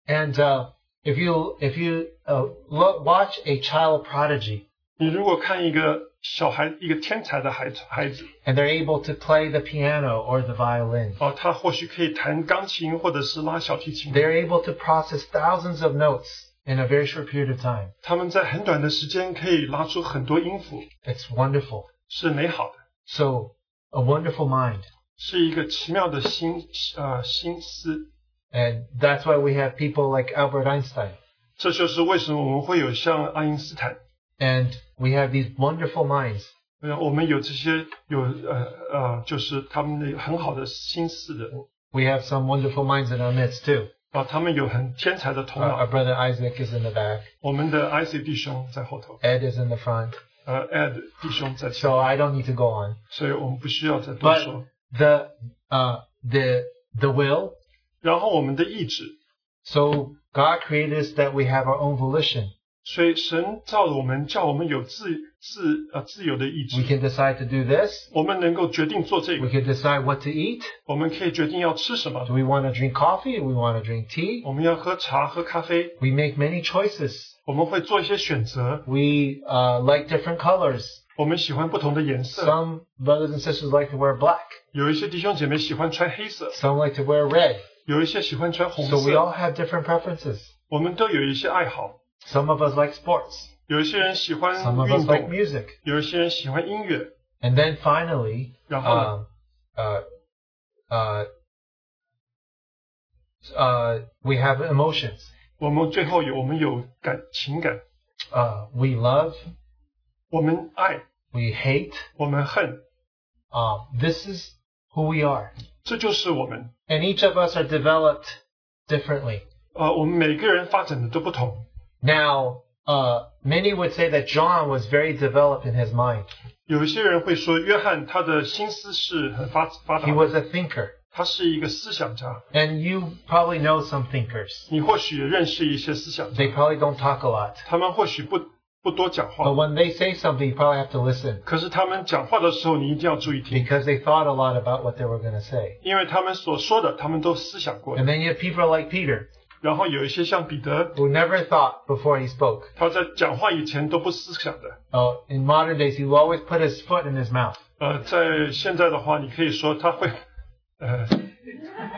[SPEAKER 1] And uh, if you if you uh, lo- watch a child prodigy
[SPEAKER 2] 你如果看一个小孩，一个天才的孩子，孩子
[SPEAKER 1] and they're able to play the piano or the violin,
[SPEAKER 2] 哦、他或许可以弹钢琴，或者是拉小提琴。
[SPEAKER 1] they're able to process thousands of notes in a very short period of time.
[SPEAKER 2] 他们在很短的时间可以拉出很多音符，
[SPEAKER 1] It's wonderful.
[SPEAKER 2] 是美好的，
[SPEAKER 1] So a wonderful mind,
[SPEAKER 2] 是一个奇妙的心呃心思。
[SPEAKER 1] and that's why we have people like Albert Einstein,
[SPEAKER 2] 这就是为什么我们会有像爱因斯坦，
[SPEAKER 1] and we have these wonderful minds.
[SPEAKER 2] 呃，我们有这些有呃呃，就是他们的很好的心思的，
[SPEAKER 1] We have some wonderful minds in our midst too. Uh,
[SPEAKER 2] 啊，他们有很天才的头
[SPEAKER 1] Our, our
[SPEAKER 2] 脑。
[SPEAKER 1] brother Isaac is in the back.
[SPEAKER 2] 我们的 IC 弟兄在后头，
[SPEAKER 1] Ed is in the front.
[SPEAKER 2] 呃，Ed 弟兄在前，
[SPEAKER 1] So I don't need to go on.
[SPEAKER 2] 所以我们不需要再多
[SPEAKER 1] But
[SPEAKER 2] 说。
[SPEAKER 1] the uh, the the will.
[SPEAKER 2] 然后我们的意志。
[SPEAKER 1] So God created us that we have our own volition.
[SPEAKER 2] 所以神造了我们，叫我们有自自呃自由的意
[SPEAKER 1] We
[SPEAKER 2] 志，
[SPEAKER 1] can decide to do this.
[SPEAKER 2] 我们能够决定做这
[SPEAKER 1] We
[SPEAKER 2] 个，
[SPEAKER 1] can decide what to eat.
[SPEAKER 2] 我们可以决定要吃什么
[SPEAKER 1] Do，we want to drink coffee? Do we want to drink tea?
[SPEAKER 2] 我们要喝茶喝咖啡，
[SPEAKER 1] We make many choices.
[SPEAKER 2] 我们会做一些选择，
[SPEAKER 1] We uh, like different colors.
[SPEAKER 2] 我们喜欢不同的颜色，
[SPEAKER 1] Some brothers and sisters like to wear black.
[SPEAKER 2] 有一些弟兄姐妹喜欢穿黑色，
[SPEAKER 1] Some like to wear red.
[SPEAKER 2] 有一些喜欢穿红
[SPEAKER 1] So we
[SPEAKER 2] 色，
[SPEAKER 1] all have different preferences.
[SPEAKER 2] 我们都有一些爱好，
[SPEAKER 1] Some of us like sports.
[SPEAKER 2] 有一些人喜欢
[SPEAKER 1] Some of
[SPEAKER 2] 运
[SPEAKER 1] us like
[SPEAKER 2] 动，
[SPEAKER 1] music.
[SPEAKER 2] 有一些人喜欢音乐，
[SPEAKER 1] And then finally,
[SPEAKER 2] 然后呢
[SPEAKER 1] um, uh, uh, uh, we have emotions.
[SPEAKER 2] 我们最后有我们有感情感，
[SPEAKER 1] Uh, we love,
[SPEAKER 2] 我们爱，
[SPEAKER 1] we hate.
[SPEAKER 2] 我们恨，
[SPEAKER 1] Uh, this is who we are.
[SPEAKER 2] 这就是我们。
[SPEAKER 1] And each of us are developed differently.
[SPEAKER 2] 呃，我们每个人发展的都不同，
[SPEAKER 1] Now, uh, many would say that John was very developed in his mind.
[SPEAKER 2] 有一些人会说，约翰他的心思是很发发达
[SPEAKER 1] He
[SPEAKER 2] 的，
[SPEAKER 1] was a thinker.
[SPEAKER 2] 他是一个思想家。
[SPEAKER 1] And you probably know some thinkers.
[SPEAKER 2] 你或许也认识一些思想家，
[SPEAKER 1] They probably don't talk a lot.
[SPEAKER 2] 他们或许不不多讲
[SPEAKER 1] But
[SPEAKER 2] 话，
[SPEAKER 1] when they say something, you probably have to listen
[SPEAKER 2] 可是他们讲话的时候，你一定要注意听，
[SPEAKER 1] because they thought a lot about what they were going to say.
[SPEAKER 2] 因为他们所说的，他们都思想过的
[SPEAKER 1] And。then you have people like Peter
[SPEAKER 2] 然后有一些像彼得，
[SPEAKER 1] who never thought before he spoke.
[SPEAKER 2] 他在讲话以前都不思想的。
[SPEAKER 1] Oh, in modern days, he will always put his foot in his mouth.
[SPEAKER 2] 呃，在现在的话，你可以说他会，呃，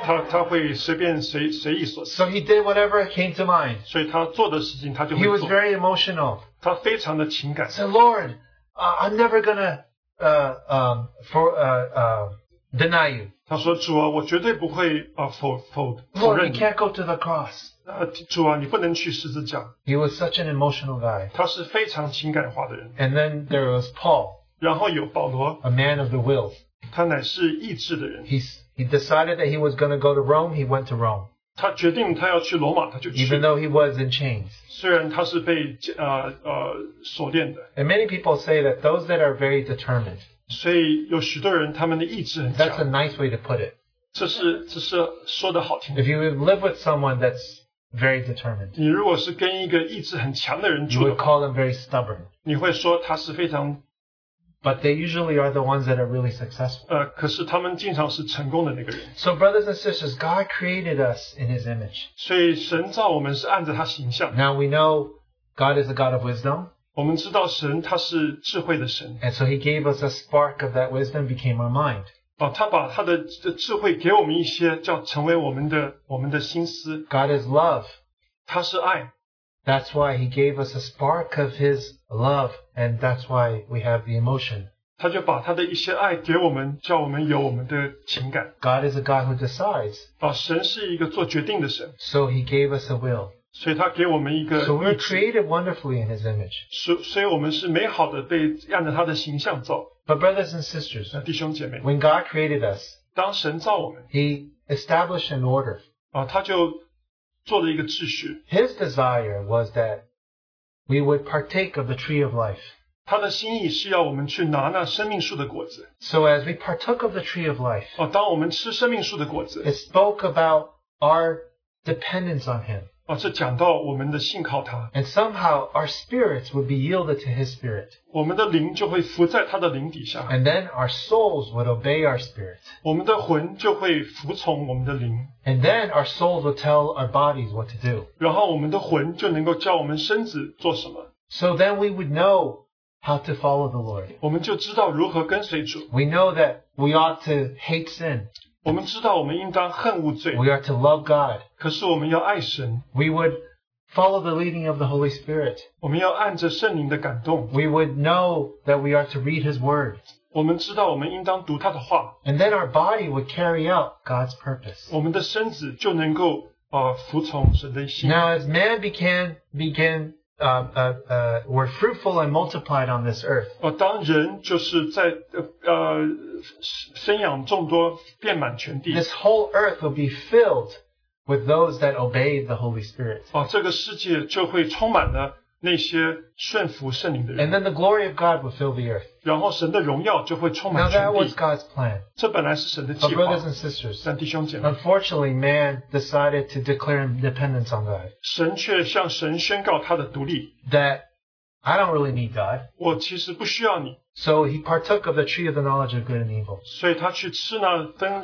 [SPEAKER 2] 他他会随便随随意所思，
[SPEAKER 1] So he did whatever came to mind.
[SPEAKER 2] 所以他做的事情他就
[SPEAKER 1] He
[SPEAKER 2] 会
[SPEAKER 1] was
[SPEAKER 2] 做，
[SPEAKER 1] very emotional.
[SPEAKER 2] 他非常的情感
[SPEAKER 1] I。said, Lord, uh, I'm never going to uh, um, for, uh, uh, deny you.
[SPEAKER 2] 他说：“主啊，我绝对不会啊、呃否否否
[SPEAKER 1] Lord,
[SPEAKER 2] 认
[SPEAKER 1] you
[SPEAKER 2] 你。
[SPEAKER 1] can't go to the cross.
[SPEAKER 2] 呃，主啊，你不能去十字架。
[SPEAKER 1] He was such an emotional guy.
[SPEAKER 2] 他是非常情感化的人。
[SPEAKER 1] And then there was Paul,
[SPEAKER 2] 然后有保罗，
[SPEAKER 1] a man of the will.
[SPEAKER 2] 他乃是意志的人。
[SPEAKER 1] He, he decided that he was going to go to Rome. He went to Rome,
[SPEAKER 2] 他决定他要去罗马，他就去
[SPEAKER 1] even。though he was in chains.
[SPEAKER 2] 虽然他是被呃呃锁链的，
[SPEAKER 1] And many people say that those that are very determined,
[SPEAKER 2] 所以有许多人他们的意志很
[SPEAKER 1] that's a
[SPEAKER 2] 强。
[SPEAKER 1] nice way to put it.
[SPEAKER 2] 这是这是说的好听的
[SPEAKER 1] If。you would live with someone that's very determined,
[SPEAKER 2] 你如果是跟一个意志很强的人
[SPEAKER 1] you
[SPEAKER 2] 住的
[SPEAKER 1] would
[SPEAKER 2] 话，
[SPEAKER 1] call them very stubborn.
[SPEAKER 2] 你会说他是非常
[SPEAKER 1] But they usually are the ones that are really successful.
[SPEAKER 2] 呃，可是他们经常是成功的那个人。
[SPEAKER 1] So, brothers and sisters, God created us in His image.
[SPEAKER 2] 所以神造我们是按着他形象。
[SPEAKER 1] Now we know God is a God of wisdom,
[SPEAKER 2] 我们知道神他是智慧的神
[SPEAKER 1] and so He gave us a spark of that wisdom, became our mind.
[SPEAKER 2] 啊，他把他的这智慧给我们一些，叫成为我们的我们的心思。
[SPEAKER 1] God is love.
[SPEAKER 2] 他是爱，
[SPEAKER 1] That's why He gave us a spark of His love, and that's why we have the emotion.
[SPEAKER 2] 他就把他的一些爱给我们，叫我们有我们的情感
[SPEAKER 1] God is a God who decides,
[SPEAKER 2] 啊。神是一个做决定的神，
[SPEAKER 1] so He gave us a will.
[SPEAKER 2] 所以他给我们一个
[SPEAKER 1] So we
[SPEAKER 2] 意
[SPEAKER 1] we're
[SPEAKER 2] 志，
[SPEAKER 1] created wonderfully in His image.
[SPEAKER 2] 所所以我们是美好的被按照他的形象造。
[SPEAKER 1] But, brothers and sisters,
[SPEAKER 2] 那弟兄姐妹，
[SPEAKER 1] when God created us,
[SPEAKER 2] 当神造我们
[SPEAKER 1] He established an order.
[SPEAKER 2] 啊，他就做了一个秩序。
[SPEAKER 1] His desire was that we would partake of the tree of life.
[SPEAKER 2] 他的心意是要我们去拿那生命树的果子
[SPEAKER 1] So as we partook of the tree of life,
[SPEAKER 2] 啊。当我们吃生命树的果子，
[SPEAKER 1] it spoke about our dependence on Him.
[SPEAKER 2] 啊，这讲到我们的信靠他，
[SPEAKER 1] And somehow our spirits would be yielded to His Spirit.
[SPEAKER 2] 我们的灵就会伏在他的灵底下，
[SPEAKER 1] And then our souls would obey our spirit.
[SPEAKER 2] 我们的魂就会服从我们的灵，
[SPEAKER 1] And then our souls would tell our bodies what to do.
[SPEAKER 2] 然后我们的魂就能够教我们身子做什么，
[SPEAKER 1] So then we would know how to follow the Lord.
[SPEAKER 2] 我们就知道如何跟随主，
[SPEAKER 1] We know that we ought to hate sin.
[SPEAKER 2] 我们知道我们应当恨恶罪，
[SPEAKER 1] We are to love God.
[SPEAKER 2] 可是我们要爱神，
[SPEAKER 1] We would follow the leading of the Holy Spirit.
[SPEAKER 2] 我们要按着圣灵的感动，
[SPEAKER 1] We would know that we are to read His Word.
[SPEAKER 2] 我们知道我们应当读他的话，
[SPEAKER 1] And then our body would carry out God's purpose.
[SPEAKER 2] 我们的身子就能够啊、呃服从神的心。
[SPEAKER 1] Now, as man began, began uh, uh, uh, were fruitful and multiplied on this earth,
[SPEAKER 2] 呃，当人就是在呃呃生养众多，遍满全地，
[SPEAKER 1] this whole earth will be
[SPEAKER 2] 哦
[SPEAKER 1] filled with those that obeyed the Holy Spirit.
[SPEAKER 2] 啊，这个世界就会充满了那些顺服圣灵的
[SPEAKER 1] And
[SPEAKER 2] 人，
[SPEAKER 1] then the glory of God will fill the earth.
[SPEAKER 2] 然后神的荣耀就会充
[SPEAKER 1] Now
[SPEAKER 2] 满全
[SPEAKER 1] that was
[SPEAKER 2] 地。
[SPEAKER 1] God's plan.
[SPEAKER 2] 这本来是神的计
[SPEAKER 1] But
[SPEAKER 2] 划。
[SPEAKER 1] brothers and sisters,
[SPEAKER 2] 但弟兄姐妹，
[SPEAKER 1] unfortunately, man decided to declare independence on God.
[SPEAKER 2] 神却向神宣告他的独立。
[SPEAKER 1] That I don't really need God.
[SPEAKER 2] 我其实不需要你，
[SPEAKER 1] So he partook of the tree of the knowledge of good and evil.
[SPEAKER 2] 所以他去吃那分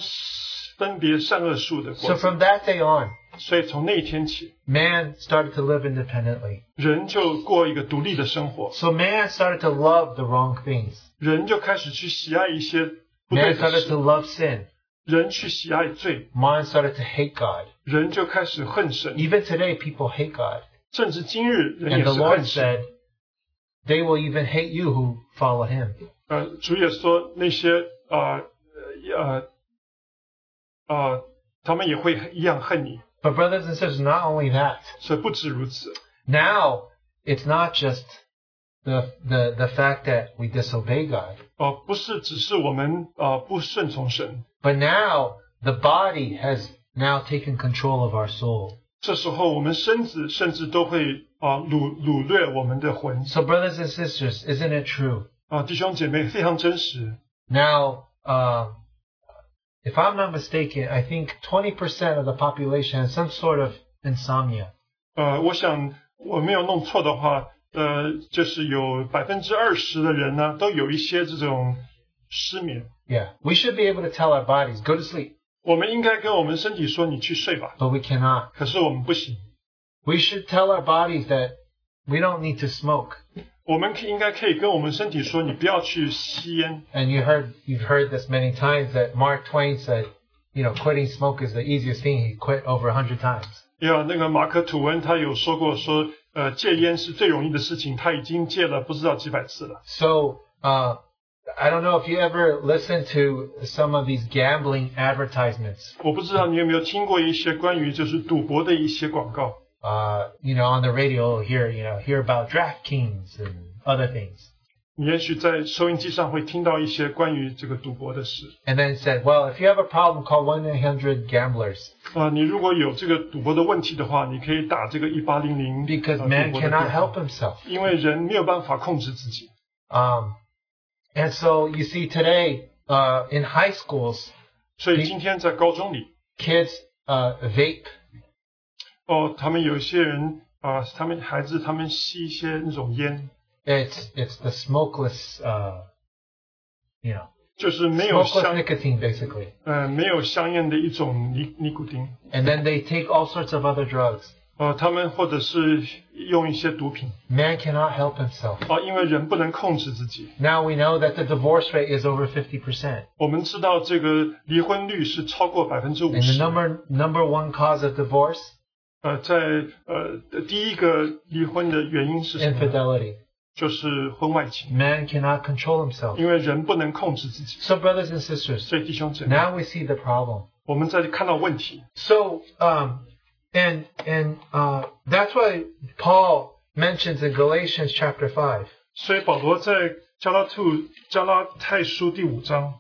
[SPEAKER 2] 分别善恶树的果
[SPEAKER 1] So
[SPEAKER 2] 子。
[SPEAKER 1] from that day on,
[SPEAKER 2] 所以从那一天起，
[SPEAKER 1] man started to live independently.
[SPEAKER 2] 人就过一个独立的生活，
[SPEAKER 1] So man started to love the wrong things.
[SPEAKER 2] 人就开始去喜爱一些不对
[SPEAKER 1] Man
[SPEAKER 2] 的
[SPEAKER 1] started to
[SPEAKER 2] 事，
[SPEAKER 1] love sin.
[SPEAKER 2] 人去喜爱罪，
[SPEAKER 1] Man started to hate God.
[SPEAKER 2] 人就开始恨神，
[SPEAKER 1] Even today, people hate God.
[SPEAKER 2] 甚至今日人
[SPEAKER 1] And
[SPEAKER 2] 也
[SPEAKER 1] the
[SPEAKER 2] 是
[SPEAKER 1] Lord
[SPEAKER 2] 恨神。
[SPEAKER 1] said, they will even hate you who follow him.
[SPEAKER 2] 呃，主也说那些呃呃呃，他们也会一样恨你。
[SPEAKER 1] But brothers and sisters, not only that,
[SPEAKER 2] 所以不止如此，
[SPEAKER 1] now it's not just the, the, the fact that we disobey God,
[SPEAKER 2] 呃，不是只是我们呃不顺从神，
[SPEAKER 1] but now the body has now taken control of our soul.
[SPEAKER 2] 这时候我们身子甚至都会啊、呃掳掳掠我们的魂
[SPEAKER 1] So brothers and sisters, isn't it true?
[SPEAKER 2] 啊、弟兄姐妹非常真实。
[SPEAKER 1] Now, um, if I'm not mistaken, I think 20% of the population has some sort of insomnia.
[SPEAKER 2] 呃，我想我没有弄错的话，呃，就是有百分之二十的人呢，都有一些这种失眠。
[SPEAKER 1] Yeah. We should be able to tell our bodies, go to sleep,
[SPEAKER 2] 我们应该跟我们身体说：“你去睡吧。
[SPEAKER 1] but we cannot. ”
[SPEAKER 2] 可是我们不行。
[SPEAKER 1] We should tell our bodies that we don't need to smoke.
[SPEAKER 2] 我们可应该可以跟我们身体说：“你不要去吸烟。
[SPEAKER 1] And you heard, you've heard this many times that Mark Twain said, you know, quitting smoke is the easiest thing. He quit over a hundred times. ”
[SPEAKER 2] 哎呀，那个马克吐温他有说过说，呃，戒烟是最容易的事情，他已经戒了不知道几百次了。
[SPEAKER 1] So, uh, I don't know if you ever listen to some of these gambling advertisements,
[SPEAKER 2] 我不知道你有没有听过一些关于就是赌博的一些广告，
[SPEAKER 1] uh, you know, on the radio here, you know, hear about DraftKings and other things.
[SPEAKER 2] 你也许在收音机上会听到一些关于这个赌博的事。
[SPEAKER 1] And then it said, well, if you have a problem, call 1-800-GAMBLERS
[SPEAKER 2] 啊、你如果有这个赌博的问题的话，你可以打这个一八零零啊
[SPEAKER 1] because man cannot help himself.
[SPEAKER 2] 因为人没有办法控制自己。
[SPEAKER 1] Um, and so you see today uh, in high schools,
[SPEAKER 2] 所以今天在高中里，
[SPEAKER 1] kids uh, vape.
[SPEAKER 2] 哦，他们有一些人啊、他们孩子他们吸一些那种烟，
[SPEAKER 1] It's it's the smokeless, uh, you know,
[SPEAKER 2] 就是没有
[SPEAKER 1] smokeless
[SPEAKER 2] 香
[SPEAKER 1] nicotine basically.
[SPEAKER 2] 呃没有香烟的一种尼尼古丁，
[SPEAKER 1] And then they take all sorts of other drugs.
[SPEAKER 2] 呃，他们或者是用一些毒品
[SPEAKER 1] Man cannot help himself.
[SPEAKER 2] 啊、因为人不能控制自己。
[SPEAKER 1] Now we know that the divorce rate is over fifty percent,
[SPEAKER 2] 我们知道这个离婚率是超过百分之
[SPEAKER 1] and
[SPEAKER 2] 五
[SPEAKER 1] the
[SPEAKER 2] 十，
[SPEAKER 1] number number one cause of divorce
[SPEAKER 2] 呃，在呃第一个离婚的原因是什么呢？
[SPEAKER 1] infidelity.
[SPEAKER 2] 就是婚外情。
[SPEAKER 1] Man cannot control himself.
[SPEAKER 2] 因为人不能控制自己。
[SPEAKER 1] So brothers and sisters,
[SPEAKER 2] 所以弟兄姐妹，
[SPEAKER 1] now we see the problem.
[SPEAKER 2] 我们在看到问题，
[SPEAKER 1] So, um, and and uh, that's why Paul mentions in Galatians chapter five.
[SPEAKER 2] 所以保罗在加拉兔加拉太书第五章，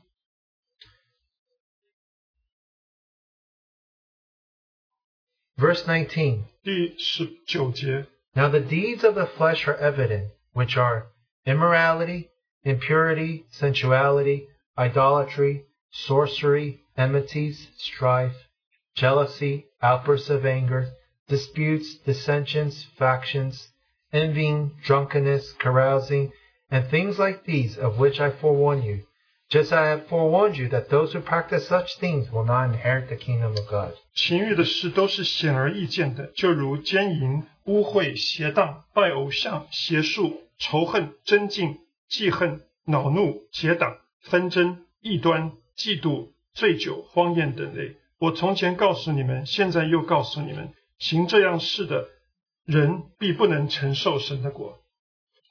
[SPEAKER 1] Verse 19.
[SPEAKER 2] 第十九节，
[SPEAKER 1] Now the deeds of the flesh are evident, which are immorality, impurity, sensuality, idolatry, sorcery, enmities, strife, jealousy, outbursts of anger, disputes, dissensions, factions, envying, drunkenness, carousing, and things like these of which I forewarn you, just as I have forewarned you that those who practice such things will not inherit the kingdom of God.
[SPEAKER 2] 情欲的事都是显而易见的，就如奸淫、污秽、邪荡、拜偶像、邪术、仇恨、争竞、记恨、恼怒、结党、纷争、异端、嫉妒、醉酒、荒宴等类。我从前告诉你们，现在又告诉你们，行这样事的人必不能承受神的国。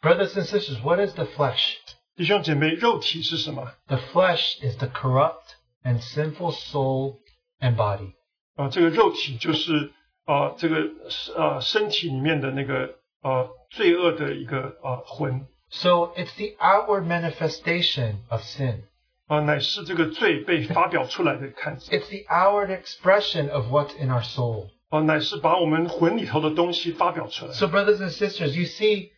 [SPEAKER 1] Brothers and sisters, what is the flesh?
[SPEAKER 2] 弟兄姐妹，肉体是什么？
[SPEAKER 1] The flesh is the corrupt and sinful soul and body.
[SPEAKER 2] 啊、这个肉体就是啊、这个呃身体里面的那个呃罪恶的一个啊、魂
[SPEAKER 1] So it's the outward manifestation of sin.
[SPEAKER 2] 啊、乃是这个罪被发表出来的看法，
[SPEAKER 1] It's the outward expression of what's in our soul.
[SPEAKER 2] 啊、啊，乃是把我们魂里头的东西发表出来。
[SPEAKER 1] So, brothers and sisters, you see,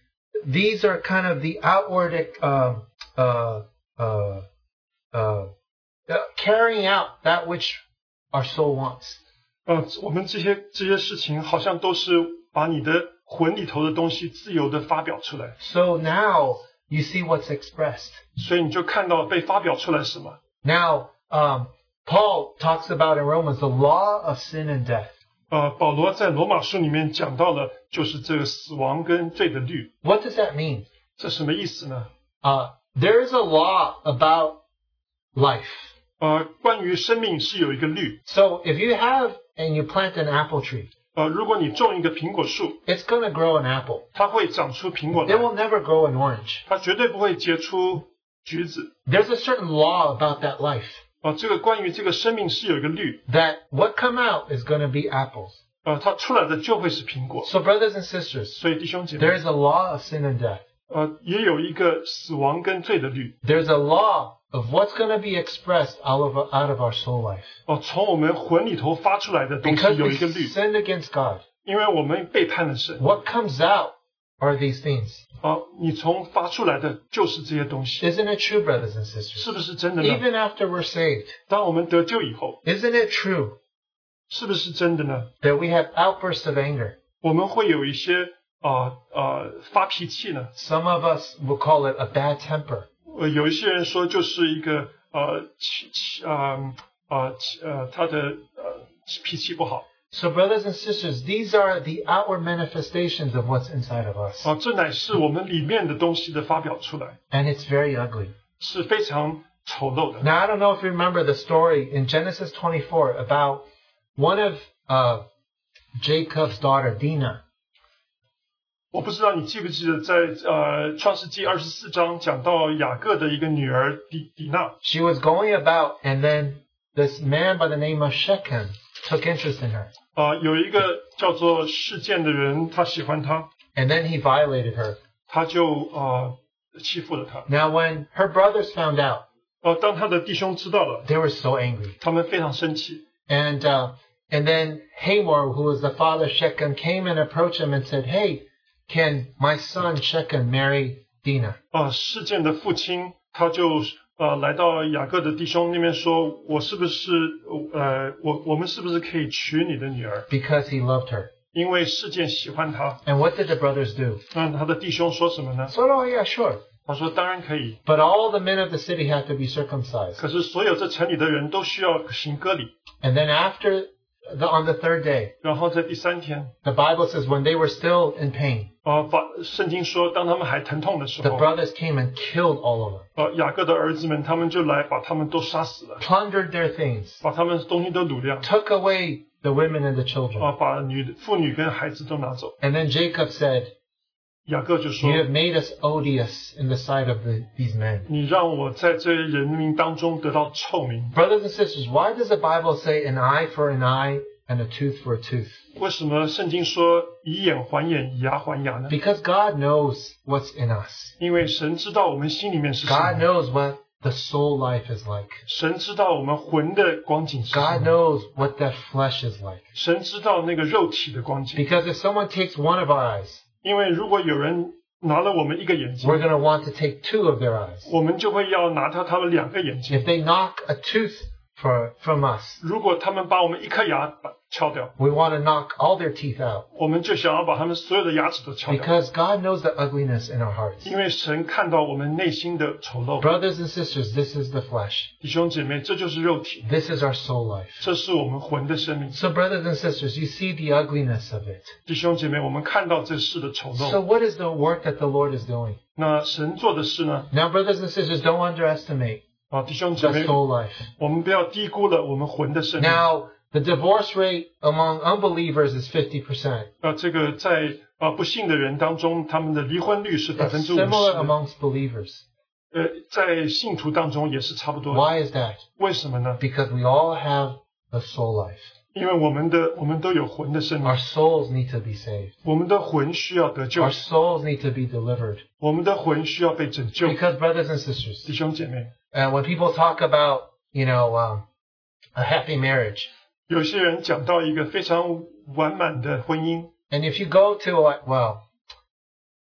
[SPEAKER 1] these are kind of the outward uh, uh, uh, uh, uh, carrying out that which our soul wants.
[SPEAKER 2] 呃，我们这些这些事情，好像都是把你的魂里头的东西自由的发表出来，
[SPEAKER 1] So now you see what's expressed.
[SPEAKER 2] 所以你就看到被发表出来什么。
[SPEAKER 1] Now, um, Paul talks about in Romans the law of sin and death.
[SPEAKER 2] 呃，保罗在罗马书里面讲到了，就是这个死亡跟罪的律，
[SPEAKER 1] What does that mean?
[SPEAKER 2] 这什么意思呢？
[SPEAKER 1] Uh, there is a law about life.
[SPEAKER 2] 呃，关于生命是有一个律，
[SPEAKER 1] So if you have and you plant an apple tree,
[SPEAKER 2] 呃，如果你种一个苹果树，
[SPEAKER 1] it's going to grow an apple.
[SPEAKER 2] 它会长出苹果
[SPEAKER 1] It
[SPEAKER 2] 来，
[SPEAKER 1] will never grow an orange.
[SPEAKER 2] 它绝对不会结出橘子。
[SPEAKER 1] There's a certain law about that life
[SPEAKER 2] 啊、这个关于这个生命是有一个律，
[SPEAKER 1] that what come out is going to be apples.
[SPEAKER 2] 呃，它出来的就会是苹果。
[SPEAKER 1] So brothers and sisters,
[SPEAKER 2] 所以弟兄姐妹
[SPEAKER 1] there，is a law of sin and death.
[SPEAKER 2] 呃，也有一个死亡跟罪的律，
[SPEAKER 1] There's a law of what's going to be expressed out of out of our soul life
[SPEAKER 2] 哦、从我们魂里头发出来的东西
[SPEAKER 1] because
[SPEAKER 2] 有
[SPEAKER 1] we
[SPEAKER 2] 一个律，
[SPEAKER 1] sinned against God.
[SPEAKER 2] 因为我们背叛了神。
[SPEAKER 1] What comes out are these things.
[SPEAKER 2] 哦、你从发出来的就是这些东西，
[SPEAKER 1] Isn't it true, brothers and sisters?
[SPEAKER 2] 是不是真的呢？
[SPEAKER 1] Even after we're saved,
[SPEAKER 2] 当我们得救以后，
[SPEAKER 1] isn't it true
[SPEAKER 2] 是不是真的呢？
[SPEAKER 1] that we have outbursts of anger?
[SPEAKER 2] 我们会有一些啊啊、呃发脾气呢？
[SPEAKER 1] Some of us will call it a bad temper.
[SPEAKER 2] 呃，有一些人说就是一个呃气气啊啊气呃他的呃脾气不好
[SPEAKER 1] So, brothers and sisters, these are the outward manifestations of what's inside of us.
[SPEAKER 2] 啊、这乃是我们里面的东西的发表出来，
[SPEAKER 1] And it's very ugly.
[SPEAKER 2] 是非常丑陋的。
[SPEAKER 1] Now, I don't know if you remember the story in Genesis 24 about one of uh, Jacob's daughter, Dinah.
[SPEAKER 2] 我不知道你记不记得在，呃《创世纪》二十四章讲到雅各的一个女儿迪迪娜，
[SPEAKER 1] She was going about, and then this man by the name of Shechem took interest in her.
[SPEAKER 2] 啊，有一个叫做事件的人，他喜欢她，
[SPEAKER 1] And then he violated her.
[SPEAKER 2] 他就啊欺负了她。
[SPEAKER 1] Now, when her brothers found out,
[SPEAKER 2] 呃，当他的弟兄知道了，
[SPEAKER 1] they were so angry.
[SPEAKER 2] 他们非常生气。
[SPEAKER 1] And uh, and then Hamor, who was the father of Shechem, came and approached him and said, "Hey, can my son Shechem marry Dinah?"
[SPEAKER 2] 啊，事件的父亲他就呃来到雅各的弟兄那边说：“我是不是呃我我们是不是可以娶你的女儿？
[SPEAKER 1] Because he loved her.
[SPEAKER 2] 因为事件喜欢她。
[SPEAKER 1] And what did the brothers do?" ”
[SPEAKER 2] 那他的弟兄说什么呢？
[SPEAKER 1] So, oh yeah, sure.
[SPEAKER 2] 他说：“当然可以，
[SPEAKER 1] But all the men of the city had to be circumcised.
[SPEAKER 2] 可是所有这城里的人都需要行割礼。
[SPEAKER 1] And then after the on the third day, ”
[SPEAKER 2] 然后在第三天，
[SPEAKER 1] the Bible says when they were still in pain,
[SPEAKER 2] 呃，法圣经说，当他们还疼痛的时
[SPEAKER 1] the
[SPEAKER 2] 候，
[SPEAKER 1] brothers came and killed all of them,
[SPEAKER 2] 呃，雅各的儿子们他们就来把他们都杀死了，
[SPEAKER 1] plundered their things,
[SPEAKER 2] 把他们东西都掳掉，
[SPEAKER 1] took away the women and the children.
[SPEAKER 2] 啊，把女妇女跟孩子都拿走。
[SPEAKER 1] And then Jacob said,
[SPEAKER 2] 雅各就说
[SPEAKER 1] You：“ have made us odious in the sight of the, these men.
[SPEAKER 2] 你让我在这人民当中得到臭名。
[SPEAKER 1] Brothers and sisters, why does the Bible say an eye for an eye and a tooth for a tooth?
[SPEAKER 2] 为什么圣经说以眼还眼，以牙还牙呢？
[SPEAKER 1] Because God knows what's in us.
[SPEAKER 2] 因为神知道我们心里面是什
[SPEAKER 1] God
[SPEAKER 2] 么，
[SPEAKER 1] knows what the soul life is like.
[SPEAKER 2] 神知道我们魂的光景是什
[SPEAKER 1] God
[SPEAKER 2] 么，
[SPEAKER 1] knows what that flesh is like.
[SPEAKER 2] 神知道那个肉体的光景。
[SPEAKER 1] Because if someone takes one of our eyes,
[SPEAKER 2] 因为如果有人拿了我们一个眼睛
[SPEAKER 1] we're，going to want to take two of their eyes.
[SPEAKER 2] 我们就会要拿他他们两个眼睛。
[SPEAKER 1] If they knock a tooth for, from us,
[SPEAKER 2] 如果他们把我们一颗牙把敲掉，
[SPEAKER 1] we want to knock all their teeth out.
[SPEAKER 2] 我们就想要把他们所有的牙齿都敲掉，
[SPEAKER 1] Because God knows the ugliness in our hearts.
[SPEAKER 2] 因为神看到我们内心的丑陋。
[SPEAKER 1] Brothers and sisters, this is the flesh.
[SPEAKER 2] 弟兄姐妹，这就是肉体，
[SPEAKER 1] This is our soul life.
[SPEAKER 2] 这是我们魂的生命。
[SPEAKER 1] So, brothers and sisters, you see the ugliness of it.
[SPEAKER 2] 弟兄姐妹，我们看到这事的丑
[SPEAKER 1] So,
[SPEAKER 2] 陋，
[SPEAKER 1] what is the work that the Lord is doing?
[SPEAKER 2] 那神做的事呢？
[SPEAKER 1] Now, brothers and sisters, don't underestimate
[SPEAKER 2] 啊，弟兄姐
[SPEAKER 1] the
[SPEAKER 2] 妹，
[SPEAKER 1] soul life.
[SPEAKER 2] 我们不要低估了我们魂的生命。
[SPEAKER 1] Now, the divorce rate among unbelievers is 50%.
[SPEAKER 2] 啊，这个在啊不幸的人当中，他们的离婚率是百分
[SPEAKER 1] It's
[SPEAKER 2] 之五
[SPEAKER 1] similar
[SPEAKER 2] 十，
[SPEAKER 1] amongst believers.
[SPEAKER 2] 呃，在信徒当中也是差不多的。
[SPEAKER 1] Why is that?
[SPEAKER 2] 为什么呢？
[SPEAKER 1] Because we all have the soul life.
[SPEAKER 2] 因为我们的我们都有魂的生命
[SPEAKER 1] Our，souls need to be saved.
[SPEAKER 2] 我们的魂需要得救
[SPEAKER 1] Our，souls need to be delivered.
[SPEAKER 2] 我们的魂需要被拯救。
[SPEAKER 1] Because, brothers and sisters,
[SPEAKER 2] 弟兄姐妹，
[SPEAKER 1] uh, when people talk about, you know, um, a happy marriage,
[SPEAKER 2] 有些人讲到一个非常完满的婚姻。
[SPEAKER 1] And if you go to, a- well,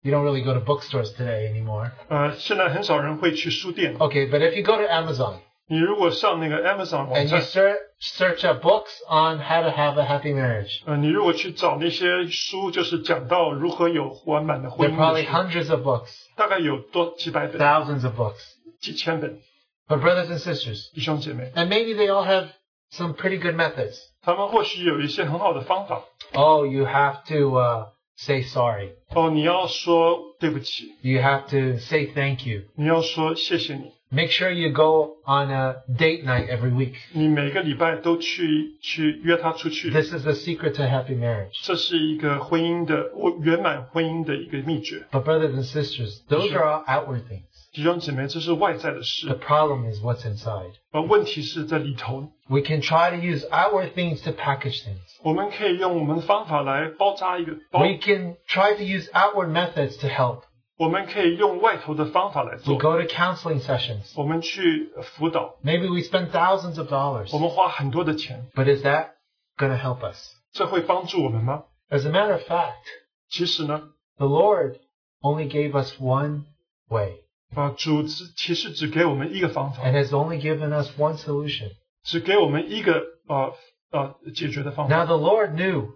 [SPEAKER 1] you don't really go to bookstores today anymore.
[SPEAKER 2] 呃，现在很少人会去书店。
[SPEAKER 1] Okay, but if you go to Amazon
[SPEAKER 2] 你如果上那个 Amazon 网
[SPEAKER 1] and you
[SPEAKER 2] 站，
[SPEAKER 1] ser- search up books on how to have a happy marriage,
[SPEAKER 2] 呃，你如果去找那些书，就是讲到如何有完满的
[SPEAKER 1] there
[SPEAKER 2] 婚
[SPEAKER 1] are
[SPEAKER 2] 姻
[SPEAKER 1] probably
[SPEAKER 2] 的书，
[SPEAKER 1] hundreds of books,
[SPEAKER 2] 大概有多几百本、
[SPEAKER 1] thousands of books.
[SPEAKER 2] 几千本
[SPEAKER 1] But brothers and sisters,
[SPEAKER 2] 弟兄姐妹，
[SPEAKER 1] and maybe they all have some pretty good methods.
[SPEAKER 2] 他们或许有一些很好的方法。
[SPEAKER 1] Oh, you have to uh, say sorry.
[SPEAKER 2] 哦，你要说对不起，
[SPEAKER 1] You have to say thank you.
[SPEAKER 2] 你要说谢谢你，
[SPEAKER 1] Make sure you go on a date night every week.
[SPEAKER 2] 你每个礼拜都去去约他出去。
[SPEAKER 1] This is the secret to happy marriage.
[SPEAKER 2] 这是一个婚姻的我圆满婚姻的一个秘诀。
[SPEAKER 1] But brothers and sisters, those
[SPEAKER 2] Sure.
[SPEAKER 1] are all outward things.
[SPEAKER 2] 弟兄姐妹，这是外在的
[SPEAKER 1] The
[SPEAKER 2] 事，
[SPEAKER 1] problem is what's inside.
[SPEAKER 2] 而问题是在里头。
[SPEAKER 1] We can try to use outward things to package things.
[SPEAKER 2] 我们可以用我们的方法来包扎一个包，
[SPEAKER 1] We can try to use outward methods to help.
[SPEAKER 2] 我们可以用外头的方法来
[SPEAKER 1] We
[SPEAKER 2] 做。
[SPEAKER 1] go to counseling sessions.
[SPEAKER 2] 我们去辅导，
[SPEAKER 1] Maybe we spend thousands of dollars.
[SPEAKER 2] 我们花很多的钱，
[SPEAKER 1] But is that going to help us?
[SPEAKER 2] 这会帮助我们吗？
[SPEAKER 1] As a matter of fact,
[SPEAKER 2] 其实呢，
[SPEAKER 1] the Lord only gave us one way
[SPEAKER 2] 啊，主只其实只给我们一个方法，
[SPEAKER 1] and has only given us one solution.
[SPEAKER 2] 只给我们一个啊啊解决的方法。
[SPEAKER 1] Now the Lord knew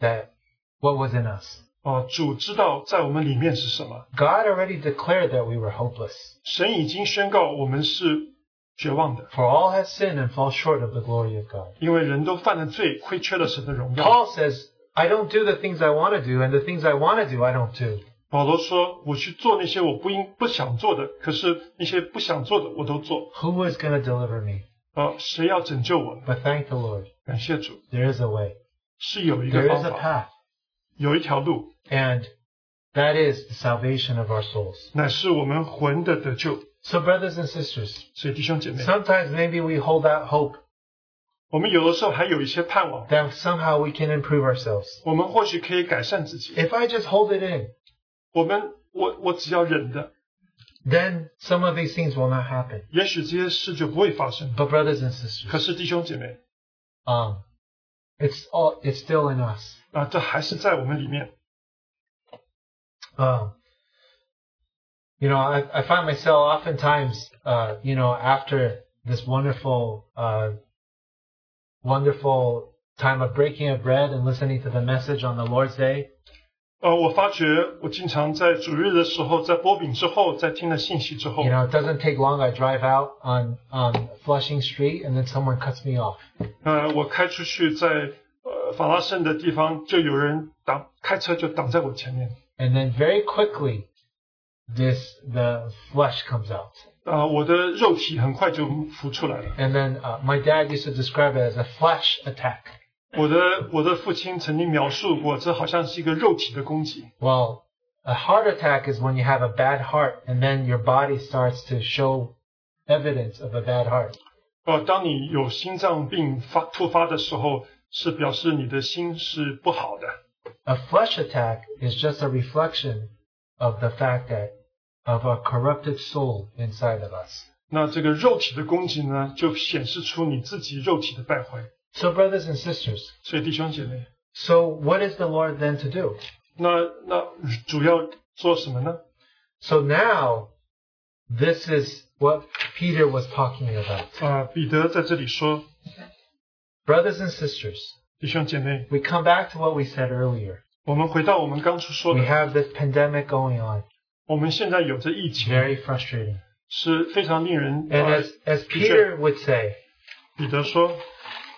[SPEAKER 1] that what was in us.
[SPEAKER 2] 啊，主知道在我们里面是什么，
[SPEAKER 1] God already declared that we were hopeless,
[SPEAKER 2] 神已经宣告我们是绝望的。
[SPEAKER 1] for all have sinned and fall short of the glory of God.
[SPEAKER 2] 因为人都犯了罪，亏缺了神的荣耀。
[SPEAKER 1] Paul says, I don't do the things I want to do, and the things I want to do, I don't do.
[SPEAKER 2] 保罗说：“我去做那些我不应不想做的，可是那些不想做的我都做。
[SPEAKER 1] Who is going to deliver me?
[SPEAKER 2] 啊，谁要拯救我呢？
[SPEAKER 1] But thank the Lord,
[SPEAKER 2] 感谢主，
[SPEAKER 1] there is a way.
[SPEAKER 2] 是有一个
[SPEAKER 1] There
[SPEAKER 2] 方
[SPEAKER 1] is a
[SPEAKER 2] 法，
[SPEAKER 1] path,
[SPEAKER 2] 有一条路，
[SPEAKER 1] and that is the salvation of our souls.
[SPEAKER 2] 乃是我们魂的得救。
[SPEAKER 1] So, brothers and sisters,
[SPEAKER 2] 所以弟兄姐妹，
[SPEAKER 1] sometimes maybe we hold out hope
[SPEAKER 2] 我们有的时候还有一些盼望，
[SPEAKER 1] that somehow we can improve ourselves.
[SPEAKER 2] 我们或许可以改善自己。
[SPEAKER 1] If I just hold it in,
[SPEAKER 2] 我们我我只要忍的，
[SPEAKER 1] then some of these things will not happen.
[SPEAKER 2] 也许这些事就不会发生。
[SPEAKER 1] But brothers and
[SPEAKER 2] 可
[SPEAKER 1] sisters,
[SPEAKER 2] 是弟兄姐妹
[SPEAKER 1] um, it's all it's still in us.
[SPEAKER 2] 啊，这还是在我们里面。
[SPEAKER 1] Um, you know, I, I find myself oftentimes, uh, you know, after this wonderful, uh, wonderful time of breaking of bread and listening to the message on the Lord's Day,
[SPEAKER 2] 呃，我发觉我经常在主日的时候，在波饼之后，在听了信息之后
[SPEAKER 1] you，know, it doesn't take long. I drive out on on Flushing Street, and then someone cuts me off.
[SPEAKER 2] 呃，我开出去在呃法拉盛的地方，就有人挡开车就挡在我前面。
[SPEAKER 1] and then very quickly this the flesh comes out
[SPEAKER 2] 啊、我的肉体很快就浮出来了。
[SPEAKER 1] and then uh, my dad used to describe it as a flesh attack
[SPEAKER 2] 我的我的父亲曾经描述过，这好像是一个肉体的攻击。
[SPEAKER 1] well a heart attack is when you have a bad heart and then your body starts to show evidence of a bad heart
[SPEAKER 2] 呃，当你有心脏病发突发的时候，是表示你的心是不好的。
[SPEAKER 1] a flesh attack is just a reflection of the fact that of a corrupted soul inside of us
[SPEAKER 2] 那这个肉体的攻击呢，就显示出你自己肉体的败坏。
[SPEAKER 1] so brothers and sisters
[SPEAKER 2] 所以弟兄姐妹，
[SPEAKER 1] so what is the lord then to do
[SPEAKER 2] 那那主要做什么呢？
[SPEAKER 1] So now, this is what Peter was talking about.
[SPEAKER 2] 啊、彼得在这里说，
[SPEAKER 1] Brothers and sisters,
[SPEAKER 2] 弟兄姐妹，
[SPEAKER 1] we come back to what we said earlier.
[SPEAKER 2] 我们回到我们刚出说
[SPEAKER 1] We
[SPEAKER 2] 的，
[SPEAKER 1] have this pandemic going on,
[SPEAKER 2] 我们现在有着疫
[SPEAKER 1] It's
[SPEAKER 2] 情，
[SPEAKER 1] very frustrating.
[SPEAKER 2] 是非常令人。
[SPEAKER 1] And
[SPEAKER 2] 呃
[SPEAKER 1] as, as Peter would say,
[SPEAKER 2] 彼得说，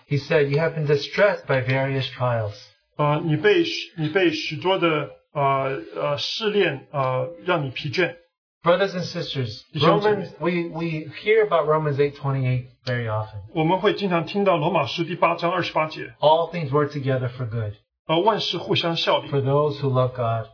[SPEAKER 1] he said, You have been distressed by various trials.
[SPEAKER 2] 啊、你被许你被许多的啊呃试炼啊、呃让你疲倦。
[SPEAKER 1] Brothers and sisters,
[SPEAKER 2] You sound
[SPEAKER 1] Romans, we, we hear about Romans 8.28 very often.
[SPEAKER 2] 我们会经常听到罗马书第八章二十八节，
[SPEAKER 1] All things work together for good
[SPEAKER 2] 啊、万事互相效力，
[SPEAKER 1] for those who love God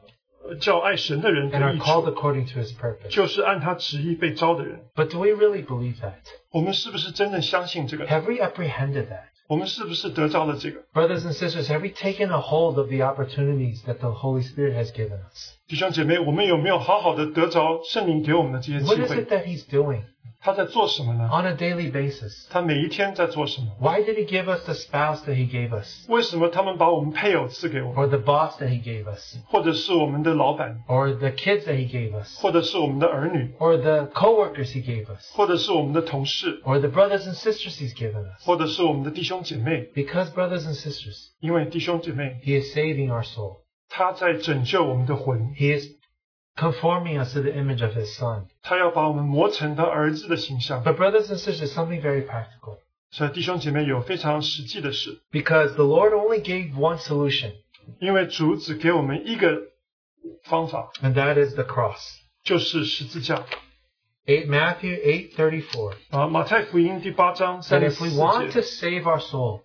[SPEAKER 2] 呃叫爱神的人
[SPEAKER 1] and
[SPEAKER 2] 得
[SPEAKER 1] are
[SPEAKER 2] 益
[SPEAKER 1] called
[SPEAKER 2] 处，
[SPEAKER 1] according to his purpose.
[SPEAKER 2] 就是按他旨意被招的人。
[SPEAKER 1] But do we really believe that?
[SPEAKER 2] 我们是不是真正相信这个？
[SPEAKER 1] Have we apprehended that?
[SPEAKER 2] 我们是不是得着了这个？
[SPEAKER 1] Brothers and sisters, have we taken a hold of the opportunities that the Holy Spirit has given us?
[SPEAKER 2] 弟兄姐妹，我们有没有好好的得着圣灵给我们的啊这些机
[SPEAKER 1] What is
[SPEAKER 2] 会
[SPEAKER 1] it？that he's doing
[SPEAKER 2] 他在做什么呢？
[SPEAKER 1] on a daily basis?
[SPEAKER 2] 他每一天在做什么？
[SPEAKER 1] Why did he give us the spouse that he gave us,
[SPEAKER 2] 为什么他们把我们配偶赐给我们，
[SPEAKER 1] or the boss that he gave us,
[SPEAKER 2] 或者是我们的老板，
[SPEAKER 1] or the kids that he gave us,
[SPEAKER 2] 或者是我们的儿女，
[SPEAKER 1] or the coworkers he gave us,
[SPEAKER 2] 或者是我们的同事，
[SPEAKER 1] or the brothers and sisters he's given us?
[SPEAKER 2] 或者是我们的弟兄姐妹？
[SPEAKER 1] Because brothers and sisters,
[SPEAKER 2] 因为弟兄姐妹，
[SPEAKER 1] he is saving our soul.
[SPEAKER 2] 他在拯救我们的魂，
[SPEAKER 1] He is conforming us to the image of his son.
[SPEAKER 2] 他要把我们磨成他儿子的形象。
[SPEAKER 1] But brothers and sisters, something very practical.
[SPEAKER 2] 所以弟兄姐妹有非常实际的事，
[SPEAKER 1] Because the Lord only gave one solution,
[SPEAKER 2] 因为主只给我们一个方法，
[SPEAKER 1] and that is the cross.
[SPEAKER 2] 就是十字架。
[SPEAKER 1] 8 Matthew 8:34.
[SPEAKER 2] 啊，马太福音第八章三
[SPEAKER 1] That
[SPEAKER 2] 十
[SPEAKER 1] if
[SPEAKER 2] 四
[SPEAKER 1] we want
[SPEAKER 2] 节
[SPEAKER 1] to，save our soul,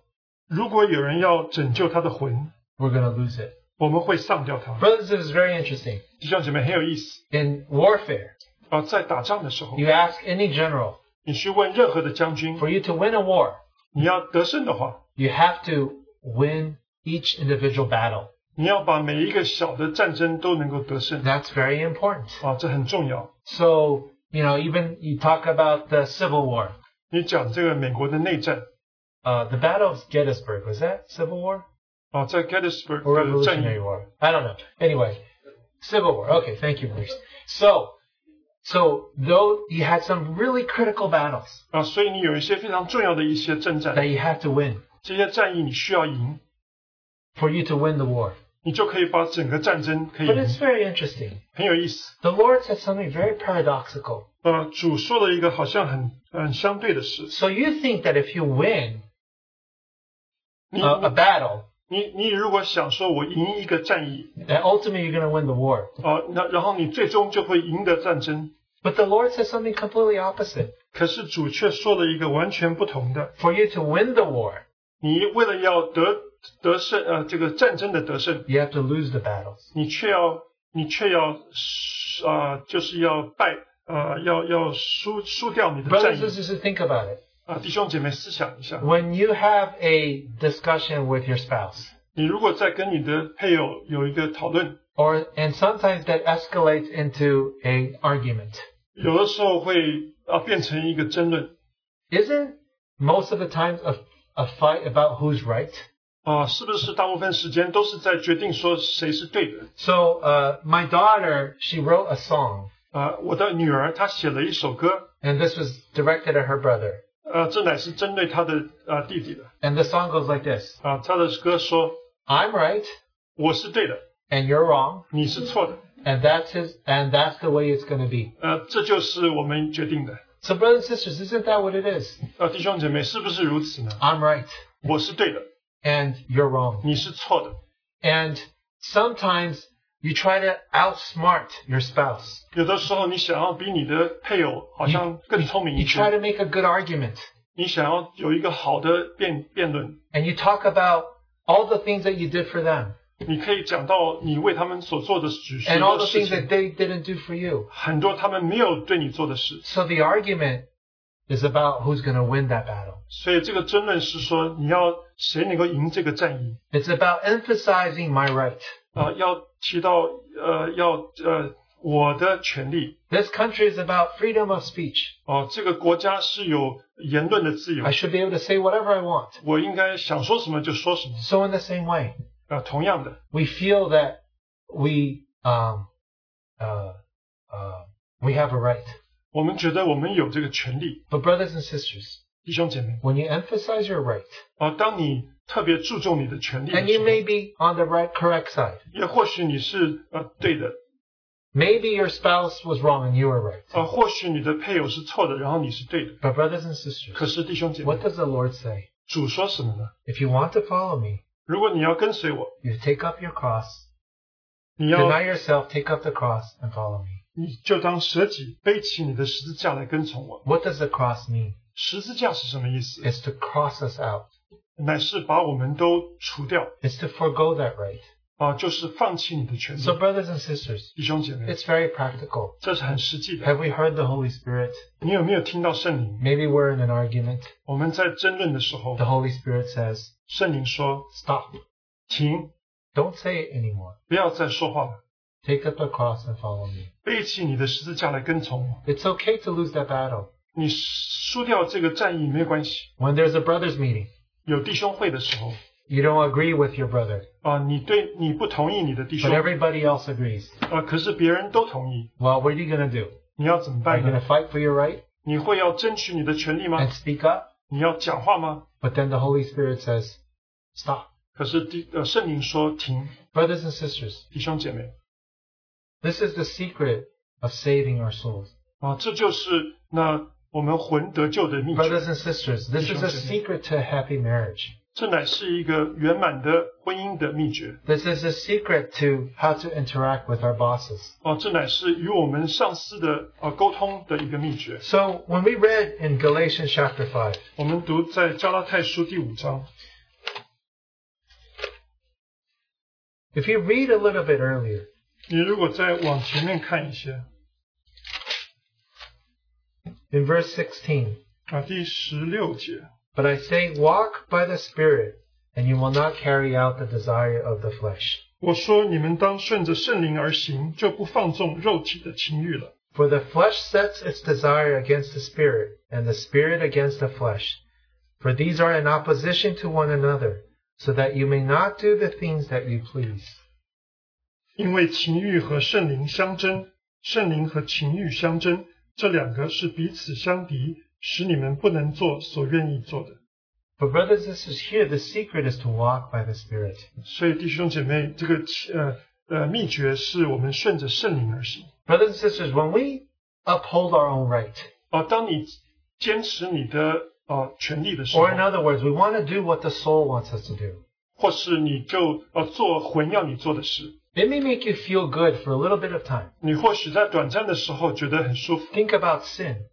[SPEAKER 2] 如果有人要拯救他的魂，
[SPEAKER 1] we're going to lose it.
[SPEAKER 2] 我们会丧掉他。
[SPEAKER 1] Brothers, it is very interesting.
[SPEAKER 2] 弟兄姐妹很有意思
[SPEAKER 1] In warfare,
[SPEAKER 2] 啊，在打仗的时候，
[SPEAKER 1] you ask any general,
[SPEAKER 2] 你去问任何的将军，
[SPEAKER 1] for you to win a war,
[SPEAKER 2] 你要得胜的话，
[SPEAKER 1] you have to win each individual battle.
[SPEAKER 2] 你要把每一个小的战争都能够得胜
[SPEAKER 1] That's very important.
[SPEAKER 2] 啊，这很重要。
[SPEAKER 1] So, you know, even you talk about the Civil War,
[SPEAKER 2] 你讲这个美国的内战
[SPEAKER 1] uh, the Battle of Gettysburg, was that Civil War?
[SPEAKER 2] 啊，在 Gettysburg
[SPEAKER 1] or
[SPEAKER 2] 的战
[SPEAKER 1] Revolutionary
[SPEAKER 2] 役
[SPEAKER 1] War. I don't know. Anyway, Civil War. Okay, thank you, Bruce. So, so though you had some really critical battles
[SPEAKER 2] 啊，所以你有一些非常重要的一些征
[SPEAKER 1] that
[SPEAKER 2] 战，
[SPEAKER 1] you had to win
[SPEAKER 2] 这些战役你需要赢，
[SPEAKER 1] for you to win the war.
[SPEAKER 2] 你就可以把整个战争可以
[SPEAKER 1] But it's
[SPEAKER 2] 赢，
[SPEAKER 1] very interesting.
[SPEAKER 2] 很有意思。
[SPEAKER 1] The Lord said something very paradoxical.
[SPEAKER 2] 呃，主说了一个好像很很相对的事，
[SPEAKER 1] So you think that if you win
[SPEAKER 2] 你
[SPEAKER 1] a, a battle,
[SPEAKER 2] 你你如果想说我赢一个战役，
[SPEAKER 1] that ultimately you're going to win the war.
[SPEAKER 2] 啊，那然后你最终就会赢得战争，
[SPEAKER 1] But the Lord said something completely opposite.
[SPEAKER 2] 可是主却说了一个完全不同的，
[SPEAKER 1] For you to win the war,
[SPEAKER 2] 你为了要得得胜，呃，这个战争的得胜，
[SPEAKER 1] you have to lose the battles.
[SPEAKER 2] 你却要你却要啊、呃就是要败啊、呃要要输输掉你的
[SPEAKER 1] Brothers
[SPEAKER 2] 战役
[SPEAKER 1] and sisters, think about it.
[SPEAKER 2] 啊、弟兄姐妹思想一下，
[SPEAKER 1] When you have a discussion with your spouse,
[SPEAKER 2] 你如果在跟你的配偶有一个讨论，
[SPEAKER 1] or and sometimes that escalates into an argument.
[SPEAKER 2] 有的时候会啊、变成一个争论
[SPEAKER 1] Isn't most of the time a, a fight about who's right?
[SPEAKER 2] 啊、是不是大部分时间都是在决定说谁是对的
[SPEAKER 1] So uh, my daughter, she wrote a song,
[SPEAKER 2] 啊、我的女儿她写了一首歌，
[SPEAKER 1] and this was directed at her brother.
[SPEAKER 2] 呃，这乃是针对她的啊、弟弟的
[SPEAKER 1] And the song goes like this:
[SPEAKER 2] 啊、她的歌说
[SPEAKER 1] I'm right
[SPEAKER 2] 我是对的，
[SPEAKER 1] and you're wrong,
[SPEAKER 2] 你是错的，
[SPEAKER 1] and that's his, and that's the way it's going to be.
[SPEAKER 2] 呃，这就是我们决定的。
[SPEAKER 1] So brothers and sisters, isn't that what it is?
[SPEAKER 2] 啊，弟兄姐妹，是不是如此呢？
[SPEAKER 1] I'm right
[SPEAKER 2] 我是对的，
[SPEAKER 1] and you're wrong.
[SPEAKER 2] 你是错的。
[SPEAKER 1] And sometimes you try to outsmart your spouse.
[SPEAKER 2] 有的时候，你想要比你的配偶好
[SPEAKER 1] You,
[SPEAKER 2] 像更聪明一
[SPEAKER 1] you try to
[SPEAKER 2] 些，
[SPEAKER 1] make a good argument.
[SPEAKER 2] 你想要有一个好的辩辩论，
[SPEAKER 1] and you talk about all the things that you did for them
[SPEAKER 2] 你可以讲到你为他们所做的许许
[SPEAKER 1] and all
[SPEAKER 2] 多
[SPEAKER 1] the
[SPEAKER 2] 事
[SPEAKER 1] things that
[SPEAKER 2] 情，
[SPEAKER 1] they didn't do for you.
[SPEAKER 2] 很多他们没有对你做的事，
[SPEAKER 1] So the argument is about who's going to win that battle.
[SPEAKER 2] 所以这个争论是说你要谁能够赢这个战役
[SPEAKER 1] It's about emphasizing my right.
[SPEAKER 2] 啊、要提到呃要呃我的权利
[SPEAKER 1] This country is about freedom of speech.
[SPEAKER 2] 哦、这个国家是有言论的自由
[SPEAKER 1] I，should be able to say whatever I want.
[SPEAKER 2] 我应该想说什么就说什么
[SPEAKER 1] So in the same way,
[SPEAKER 2] 啊、同样的。
[SPEAKER 1] we feel that we um, uh, uh, we have a right.
[SPEAKER 2] 我们觉得我们有这个权利，
[SPEAKER 1] But brothers and sisters,
[SPEAKER 2] 弟兄姐妹
[SPEAKER 1] when you emphasize your right,
[SPEAKER 2] 啊，当你特别注重你的权利的
[SPEAKER 1] and
[SPEAKER 2] 时
[SPEAKER 1] you
[SPEAKER 2] 候，
[SPEAKER 1] may be on the right correct side.
[SPEAKER 2] 也或许你是呃对的，
[SPEAKER 1] Maybe your spouse was wrong and you were right.
[SPEAKER 2] 啊，或许你的配偶是错的，然后你是对的。
[SPEAKER 1] But brothers and
[SPEAKER 2] 可
[SPEAKER 1] sisters,
[SPEAKER 2] 是弟兄姐妹
[SPEAKER 1] what，does the Lord say?
[SPEAKER 2] 主说什么呢？
[SPEAKER 1] If you want to follow me,
[SPEAKER 2] 如果你要跟随我，
[SPEAKER 1] you take up your cross,
[SPEAKER 2] 你
[SPEAKER 1] deny
[SPEAKER 2] 要
[SPEAKER 1] yourself, take up the cross, and follow me.
[SPEAKER 2] 你就当舍己，背起你的十字架来跟从我。
[SPEAKER 1] What does the cross mean?
[SPEAKER 2] 十字架是什么意思？
[SPEAKER 1] It's to cross us out.
[SPEAKER 2] 乃是把我们都除掉
[SPEAKER 1] It's to forego that right.
[SPEAKER 2] 啊，就是放弃你的权利。
[SPEAKER 1] So, brothers and sisters,
[SPEAKER 2] 弟兄姐妹，
[SPEAKER 1] it's very practical.
[SPEAKER 2] 这是很实际的。
[SPEAKER 1] Have we heard the Holy Spirit?
[SPEAKER 2] 你有没有听到圣灵？
[SPEAKER 1] Maybe we're in an argument.
[SPEAKER 2] 我们在争论的时候
[SPEAKER 1] The，Holy Spirit says,
[SPEAKER 2] 圣灵说
[SPEAKER 1] Stop.：“
[SPEAKER 2] 停，
[SPEAKER 1] Don't say it anymore.
[SPEAKER 2] 不要再说话了。
[SPEAKER 1] Take up the cross and follow me.
[SPEAKER 2] 背起你的十字架来跟从我。
[SPEAKER 1] It's okay to lose that battle.
[SPEAKER 2] 你输掉这个战役没有关系，
[SPEAKER 1] When there's a brothers meeting,
[SPEAKER 2] 有弟兄会的时候
[SPEAKER 1] you don't agree with your brother,
[SPEAKER 2] 啊，你对你不同意你的弟兄
[SPEAKER 1] but everybody else agrees.
[SPEAKER 2] 啊，可是别人都同意，
[SPEAKER 1] Well, what are you going to do?
[SPEAKER 2] 你要怎么
[SPEAKER 1] Are
[SPEAKER 2] 办
[SPEAKER 1] you going
[SPEAKER 2] 呢
[SPEAKER 1] to？fight for your right
[SPEAKER 2] 你会要争取你的权利吗？
[SPEAKER 1] and speak up?
[SPEAKER 2] 你要讲话吗？
[SPEAKER 1] But then the Holy Spirit says, stop.
[SPEAKER 2] 可是弟呃圣灵说停，
[SPEAKER 1] Brothers and sisters,
[SPEAKER 2] 弟兄姐妹
[SPEAKER 1] this is the secret of saving our souls.
[SPEAKER 2] 啊，这就是那我们魂得救的秘诀，
[SPEAKER 1] Brothers and sisters, this is the secret to a happy marriage.
[SPEAKER 2] 这乃是一个圆满的婚姻的秘诀
[SPEAKER 1] This is the secret to how to interact with our bosses.
[SPEAKER 2] 啊，这乃是与我们上司的啊沟通的一个秘诀。
[SPEAKER 1] So when we read in Galatians chapter 5,
[SPEAKER 2] 我们读在加拉太书第五章，
[SPEAKER 1] if you read a little bit earlier,
[SPEAKER 2] 你如果再往前面看一些
[SPEAKER 1] in verse 16,
[SPEAKER 2] 啊，第十六节
[SPEAKER 1] But I say, walk by the Spirit, and you will not carry out the desire of the flesh.
[SPEAKER 2] 我说：“你们当顺着圣灵而行，就不放纵肉体的情欲了。
[SPEAKER 1] For the flesh sets its desire against the Spirit, and the Spirit against the flesh. For these are in opposition to one another, so that you may not do the things that you please.
[SPEAKER 2] 因为情欲和圣灵相争，圣灵和情欲相争，这两个是彼此相敌，使你们不能做所愿意做的。
[SPEAKER 1] But brothers and sisters, here the secret is to walk by the Spirit. ”
[SPEAKER 2] 所以弟兄姐妹，这个呃呃秘诀是我们顺着圣灵而行
[SPEAKER 1] Brothers and sisters, when we uphold our own right,
[SPEAKER 2] 啊、当你坚持你的啊权利的时候
[SPEAKER 1] or in，other words, we want to do what the soul wants us to do,
[SPEAKER 2] 或是你就呃做魂要你做的事，
[SPEAKER 1] it may make you feel good for a little bit of time.
[SPEAKER 2] 你或许在短暂的时候觉得很舒服，
[SPEAKER 1] Think about sin.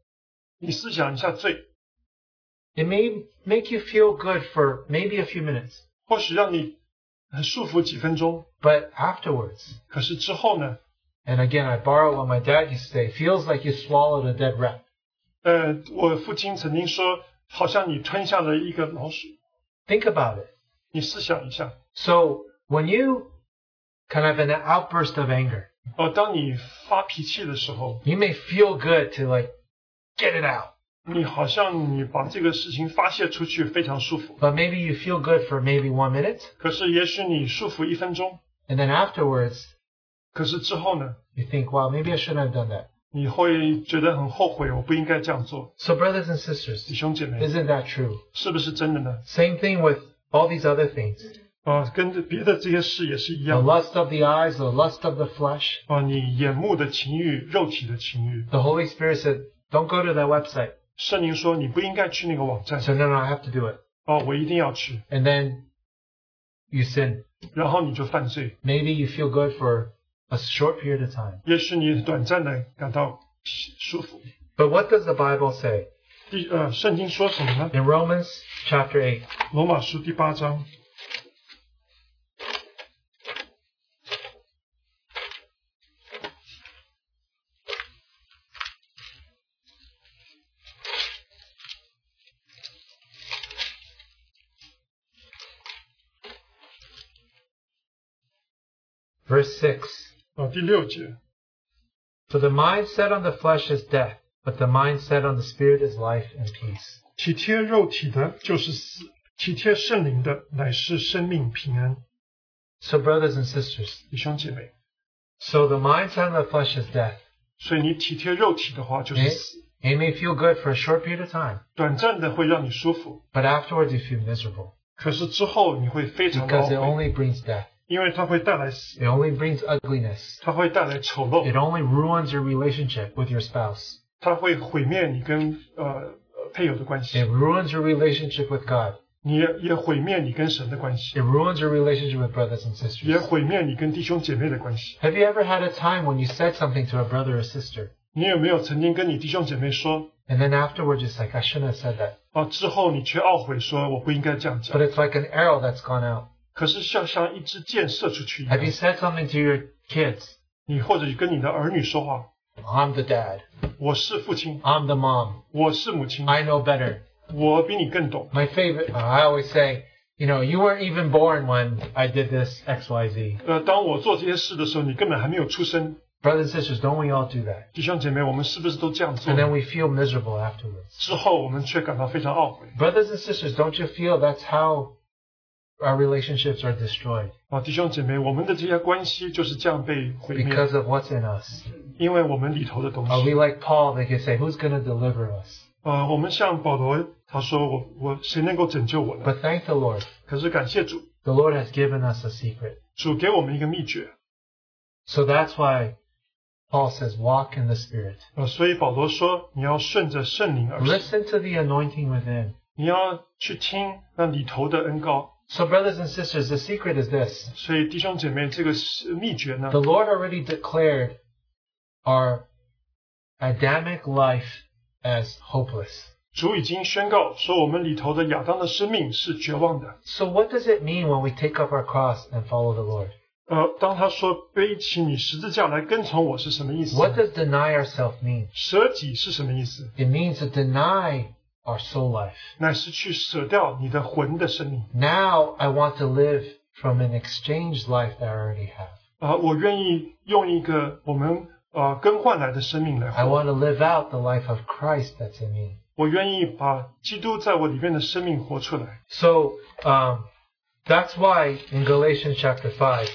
[SPEAKER 2] 你思想一下罪，
[SPEAKER 1] It may make you feel good for maybe a few minutes,
[SPEAKER 2] 或许让你很舒服几分钟，
[SPEAKER 1] but afterwards,
[SPEAKER 2] 可是之后呢？
[SPEAKER 1] and again, I borrow what my dad used to say, feels like you swallowed a dead rat.
[SPEAKER 2] 呃，我父亲曾经说，好像你吞下了一个老鼠。
[SPEAKER 1] Think about it.
[SPEAKER 2] 你试想一下，
[SPEAKER 1] So when you kind of have an outburst of anger,
[SPEAKER 2] 呃，当你发脾气的时候，
[SPEAKER 1] you may feel good to like get it out,
[SPEAKER 2] 你好像你把这个事情发泄出去，非常舒服。
[SPEAKER 1] but maybe you feel good for maybe one minute,
[SPEAKER 2] 可是也许你舒服一分钟，
[SPEAKER 1] and then afterwards,
[SPEAKER 2] 可是之后呢，
[SPEAKER 1] you think, wow, maybe I shouldn't have done that.
[SPEAKER 2] 你会觉得很后悔，我不应该这样做。
[SPEAKER 1] So brothers and
[SPEAKER 2] 弟
[SPEAKER 1] sisters,
[SPEAKER 2] 兄姐妹，
[SPEAKER 1] isn't that true?
[SPEAKER 2] 是不是真的呢？
[SPEAKER 1] Same thing with all these other things.
[SPEAKER 2] 啊、跟别的这些事也是一
[SPEAKER 1] The
[SPEAKER 2] 样。
[SPEAKER 1] lust of the eyes, the lust of the flesh,
[SPEAKER 2] 啊、你眼目的情欲，肉体的情欲，
[SPEAKER 1] the Holy Spirit said, "Don't go to that website."
[SPEAKER 2] 圣灵说你不应该去那个网站。
[SPEAKER 1] I said, "No, no, I have to do it."
[SPEAKER 2] 啊、我一定要去，
[SPEAKER 1] And then you sin.
[SPEAKER 2] 然后你就犯罪。
[SPEAKER 1] Maybe you feel good for a short period of time,
[SPEAKER 2] 也许你短暂的感到舒服。
[SPEAKER 1] but what does the Bible say
[SPEAKER 2] 第呃，圣经说什么呢？
[SPEAKER 1] in Romans chapter eight?
[SPEAKER 2] 罗马书第八章，
[SPEAKER 1] Verse 6.
[SPEAKER 2] 呃，第六节，
[SPEAKER 1] For the mind set on the flesh is death, but the mind set on the spirit is life and peace.
[SPEAKER 2] 体贴肉体的就是死，体贴圣灵的乃是生命平安。
[SPEAKER 1] So, brothers and sisters,
[SPEAKER 2] 弟兄姐妹，
[SPEAKER 1] so the mind set on the flesh is death.
[SPEAKER 2] 所以你体贴肉体的话就是死
[SPEAKER 1] It,，it may feel good for a short period of time,
[SPEAKER 2] 短暂的会让你舒服，
[SPEAKER 1] but afterwards you feel miserable
[SPEAKER 2] 可是之后你会非常的
[SPEAKER 1] because it
[SPEAKER 2] 懊悔，
[SPEAKER 1] only brings death.
[SPEAKER 2] 因为它会带来死，
[SPEAKER 1] It only brings ugliness.
[SPEAKER 2] 它会带来丑
[SPEAKER 1] It
[SPEAKER 2] 陋，
[SPEAKER 1] only ruins your relationship with your spouse.
[SPEAKER 2] 它会毁灭你跟呃呃配偶的关
[SPEAKER 1] It
[SPEAKER 2] 系，
[SPEAKER 1] ruins your relationship with God.
[SPEAKER 2] 你也也毁灭你跟神的关
[SPEAKER 1] It
[SPEAKER 2] 系，
[SPEAKER 1] ruins your relationship with brothers and
[SPEAKER 2] 也
[SPEAKER 1] sisters.
[SPEAKER 2] 毁灭你跟弟兄姐妹的关系。
[SPEAKER 1] Have you ever had a time when you said something to a brother or sister,
[SPEAKER 2] 你有没有曾经跟你弟兄姐妹说
[SPEAKER 1] and then afterwards it's like, I shouldn't have said that?
[SPEAKER 2] 啊，之后你却懊悔说我不应该这样
[SPEAKER 1] But
[SPEAKER 2] 讲，
[SPEAKER 1] it's like an arrow that's gone out.
[SPEAKER 2] 可是像像一支箭射出去一
[SPEAKER 1] Have you
[SPEAKER 2] 样。
[SPEAKER 1] said something to your kids?
[SPEAKER 2] 你或者跟你的儿女说话，
[SPEAKER 1] I'm the dad.
[SPEAKER 2] 我是父亲，
[SPEAKER 1] I'm the mom.
[SPEAKER 2] 我是母亲，
[SPEAKER 1] I know better.
[SPEAKER 2] 我比你更懂。
[SPEAKER 1] My favorite, uh, I always say, you know, you weren't even born when I did this XYZ.
[SPEAKER 2] 呃，当我做这些事的时候，你根本还没有出生。
[SPEAKER 1] Brothers and sisters, don't we all do that?
[SPEAKER 2] 弟兄姐妹，我们是不是都这样做
[SPEAKER 1] And？then we feel miserable afterwards.
[SPEAKER 2] 之后我们却感到非常懊悔。
[SPEAKER 1] Brothers and sisters, don't you feel that's how our relationships are destroyed
[SPEAKER 2] 啊，弟兄姐妹，我们的这些关系就是这样被毁灭，
[SPEAKER 1] because of what's in us?
[SPEAKER 2] 因为我们里头的东
[SPEAKER 1] Are
[SPEAKER 2] 西
[SPEAKER 1] we。like Paul? They can say, who's going to deliver us?
[SPEAKER 2] 呃，我们像保罗，他说我我谁能够拯救我呢？
[SPEAKER 1] But thank the Lord.
[SPEAKER 2] 可是感谢主，
[SPEAKER 1] The Lord has given us a secret.
[SPEAKER 2] 主给我们一个秘诀。
[SPEAKER 1] So that's why Paul says, walk in the Spirit.
[SPEAKER 2] 呃，所以保罗说，你要顺着圣灵而行，
[SPEAKER 1] Listen to the anointing within.
[SPEAKER 2] 你要去听那里头的恩高。
[SPEAKER 1] So, brothers and sisters, the secret is this
[SPEAKER 2] 所以弟兄姐妹，这个是秘诀呢
[SPEAKER 1] the，Lord already declared our Adamic life as hopeless.
[SPEAKER 2] 主已经宣告说，我们里头的亚当的生命是绝望的。
[SPEAKER 1] So, what does it mean when we take up our cross and follow the Lord?
[SPEAKER 2] 呃，当他说背起你十字架来跟从我是什么意思？
[SPEAKER 1] What does deny ourselves mean?
[SPEAKER 2] 舍己是什么意思？
[SPEAKER 1] It means to deny our soul life.
[SPEAKER 2] 乃是去舍掉你的魂的生命
[SPEAKER 1] Now, I want to live from an exchange life that I already have.
[SPEAKER 2] 啊、我愿意用一个我们呃更换来的生命来
[SPEAKER 1] I
[SPEAKER 2] 活，
[SPEAKER 1] want to live out the life of Christ that's in me.
[SPEAKER 2] 我愿意把基督在我里面的生命活出来。
[SPEAKER 1] So um, that's why in Galatians chapter 5,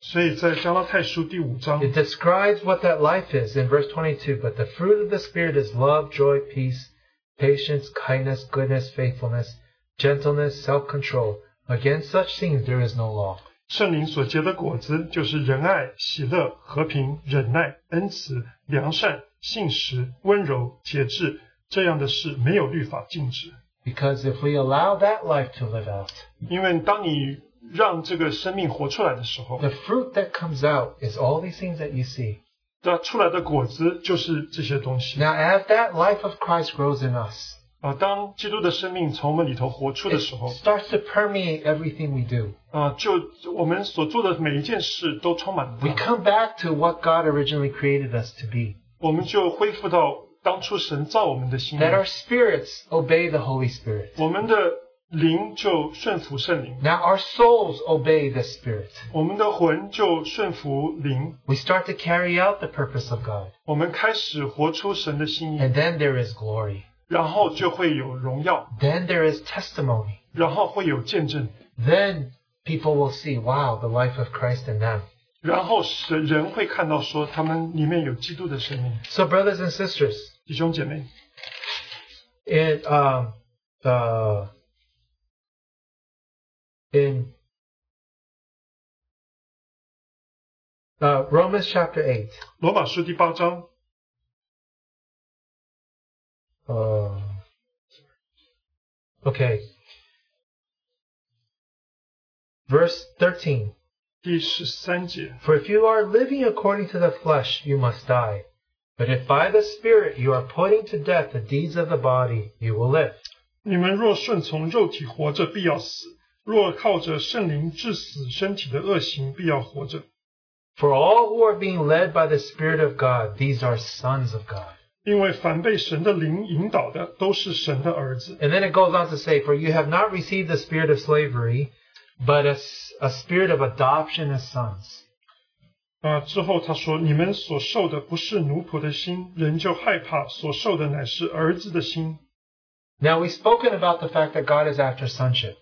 [SPEAKER 2] 所以在加拉太书第五章
[SPEAKER 1] it describes what that life is in verse 22. But the fruit of the Spirit is love, joy, peace, patience, kindness, goodness, faithfulness, gentleness, self control. Against such things there is no law.
[SPEAKER 2] 圣灵所结的果子就是仁爱、喜乐、和平、忍耐、恩慈、良善、信实、温柔、节制，这样的事没有律法禁止。
[SPEAKER 1] Because if we allow that life to live out,
[SPEAKER 2] 因为当你让这个生命活出来的时候，
[SPEAKER 1] the fruit that comes out is all these things that you see.
[SPEAKER 2] 那出来的果子就是这些东西。
[SPEAKER 1] Now, as that life of Christ grows in us,
[SPEAKER 2] 啊，当基督的生命从我们里头活出的
[SPEAKER 1] it
[SPEAKER 2] 时候，
[SPEAKER 1] starts to permeate everything we do.
[SPEAKER 2] 啊，就我们所做的每一件事都充满了
[SPEAKER 1] We
[SPEAKER 2] 它
[SPEAKER 1] come back to what God originally created us to be.
[SPEAKER 2] 我们就恢复到当初神造我们的心意
[SPEAKER 1] That our spirits obey the Holy Spirit.
[SPEAKER 2] 我们的灵就顺服圣灵，
[SPEAKER 1] Now our souls obey the Spirit.
[SPEAKER 2] 我们的魂就顺服灵，
[SPEAKER 1] We start to carry out the purpose of God.
[SPEAKER 2] 我们开始活出神的心意，
[SPEAKER 1] And then there is glory.
[SPEAKER 2] 然后就会有荣耀，
[SPEAKER 1] Then there is testimony.
[SPEAKER 2] 然后会有见证，
[SPEAKER 1] Then people will see, wow, the life of Christ in them.
[SPEAKER 2] 然后神人会看到说他们里面有基督的生命。
[SPEAKER 1] So, brothers and sisters,
[SPEAKER 2] 弟兄姐妹，
[SPEAKER 1] in um, uh, in uh, Romans chapter eight.
[SPEAKER 2] 罗马书第八章
[SPEAKER 1] Uh, okay. Verse 13.
[SPEAKER 2] 第十三节。
[SPEAKER 1] For if you are living according to the flesh, you must die. But if by the Spirit you are putting to death the deeds of the body, you will live.
[SPEAKER 2] 你们若顺从肉体活着，必要死；若靠着圣灵致死身体的恶行，必要活着。
[SPEAKER 1] For all who are being led by the Spirit of God, these are sons of God.
[SPEAKER 2] 因为凡被神的灵引导的，都是神的儿子。
[SPEAKER 1] And then it goes on to say, For you have not received the spirit of slavery, but a, s- a spirit of adoption as sons.
[SPEAKER 2] 啊，之后他说：“你们所受的不是奴仆的心，人就害怕；所受的乃是儿子的心。
[SPEAKER 1] Now we've spoken about the fact that God is after sonship, ”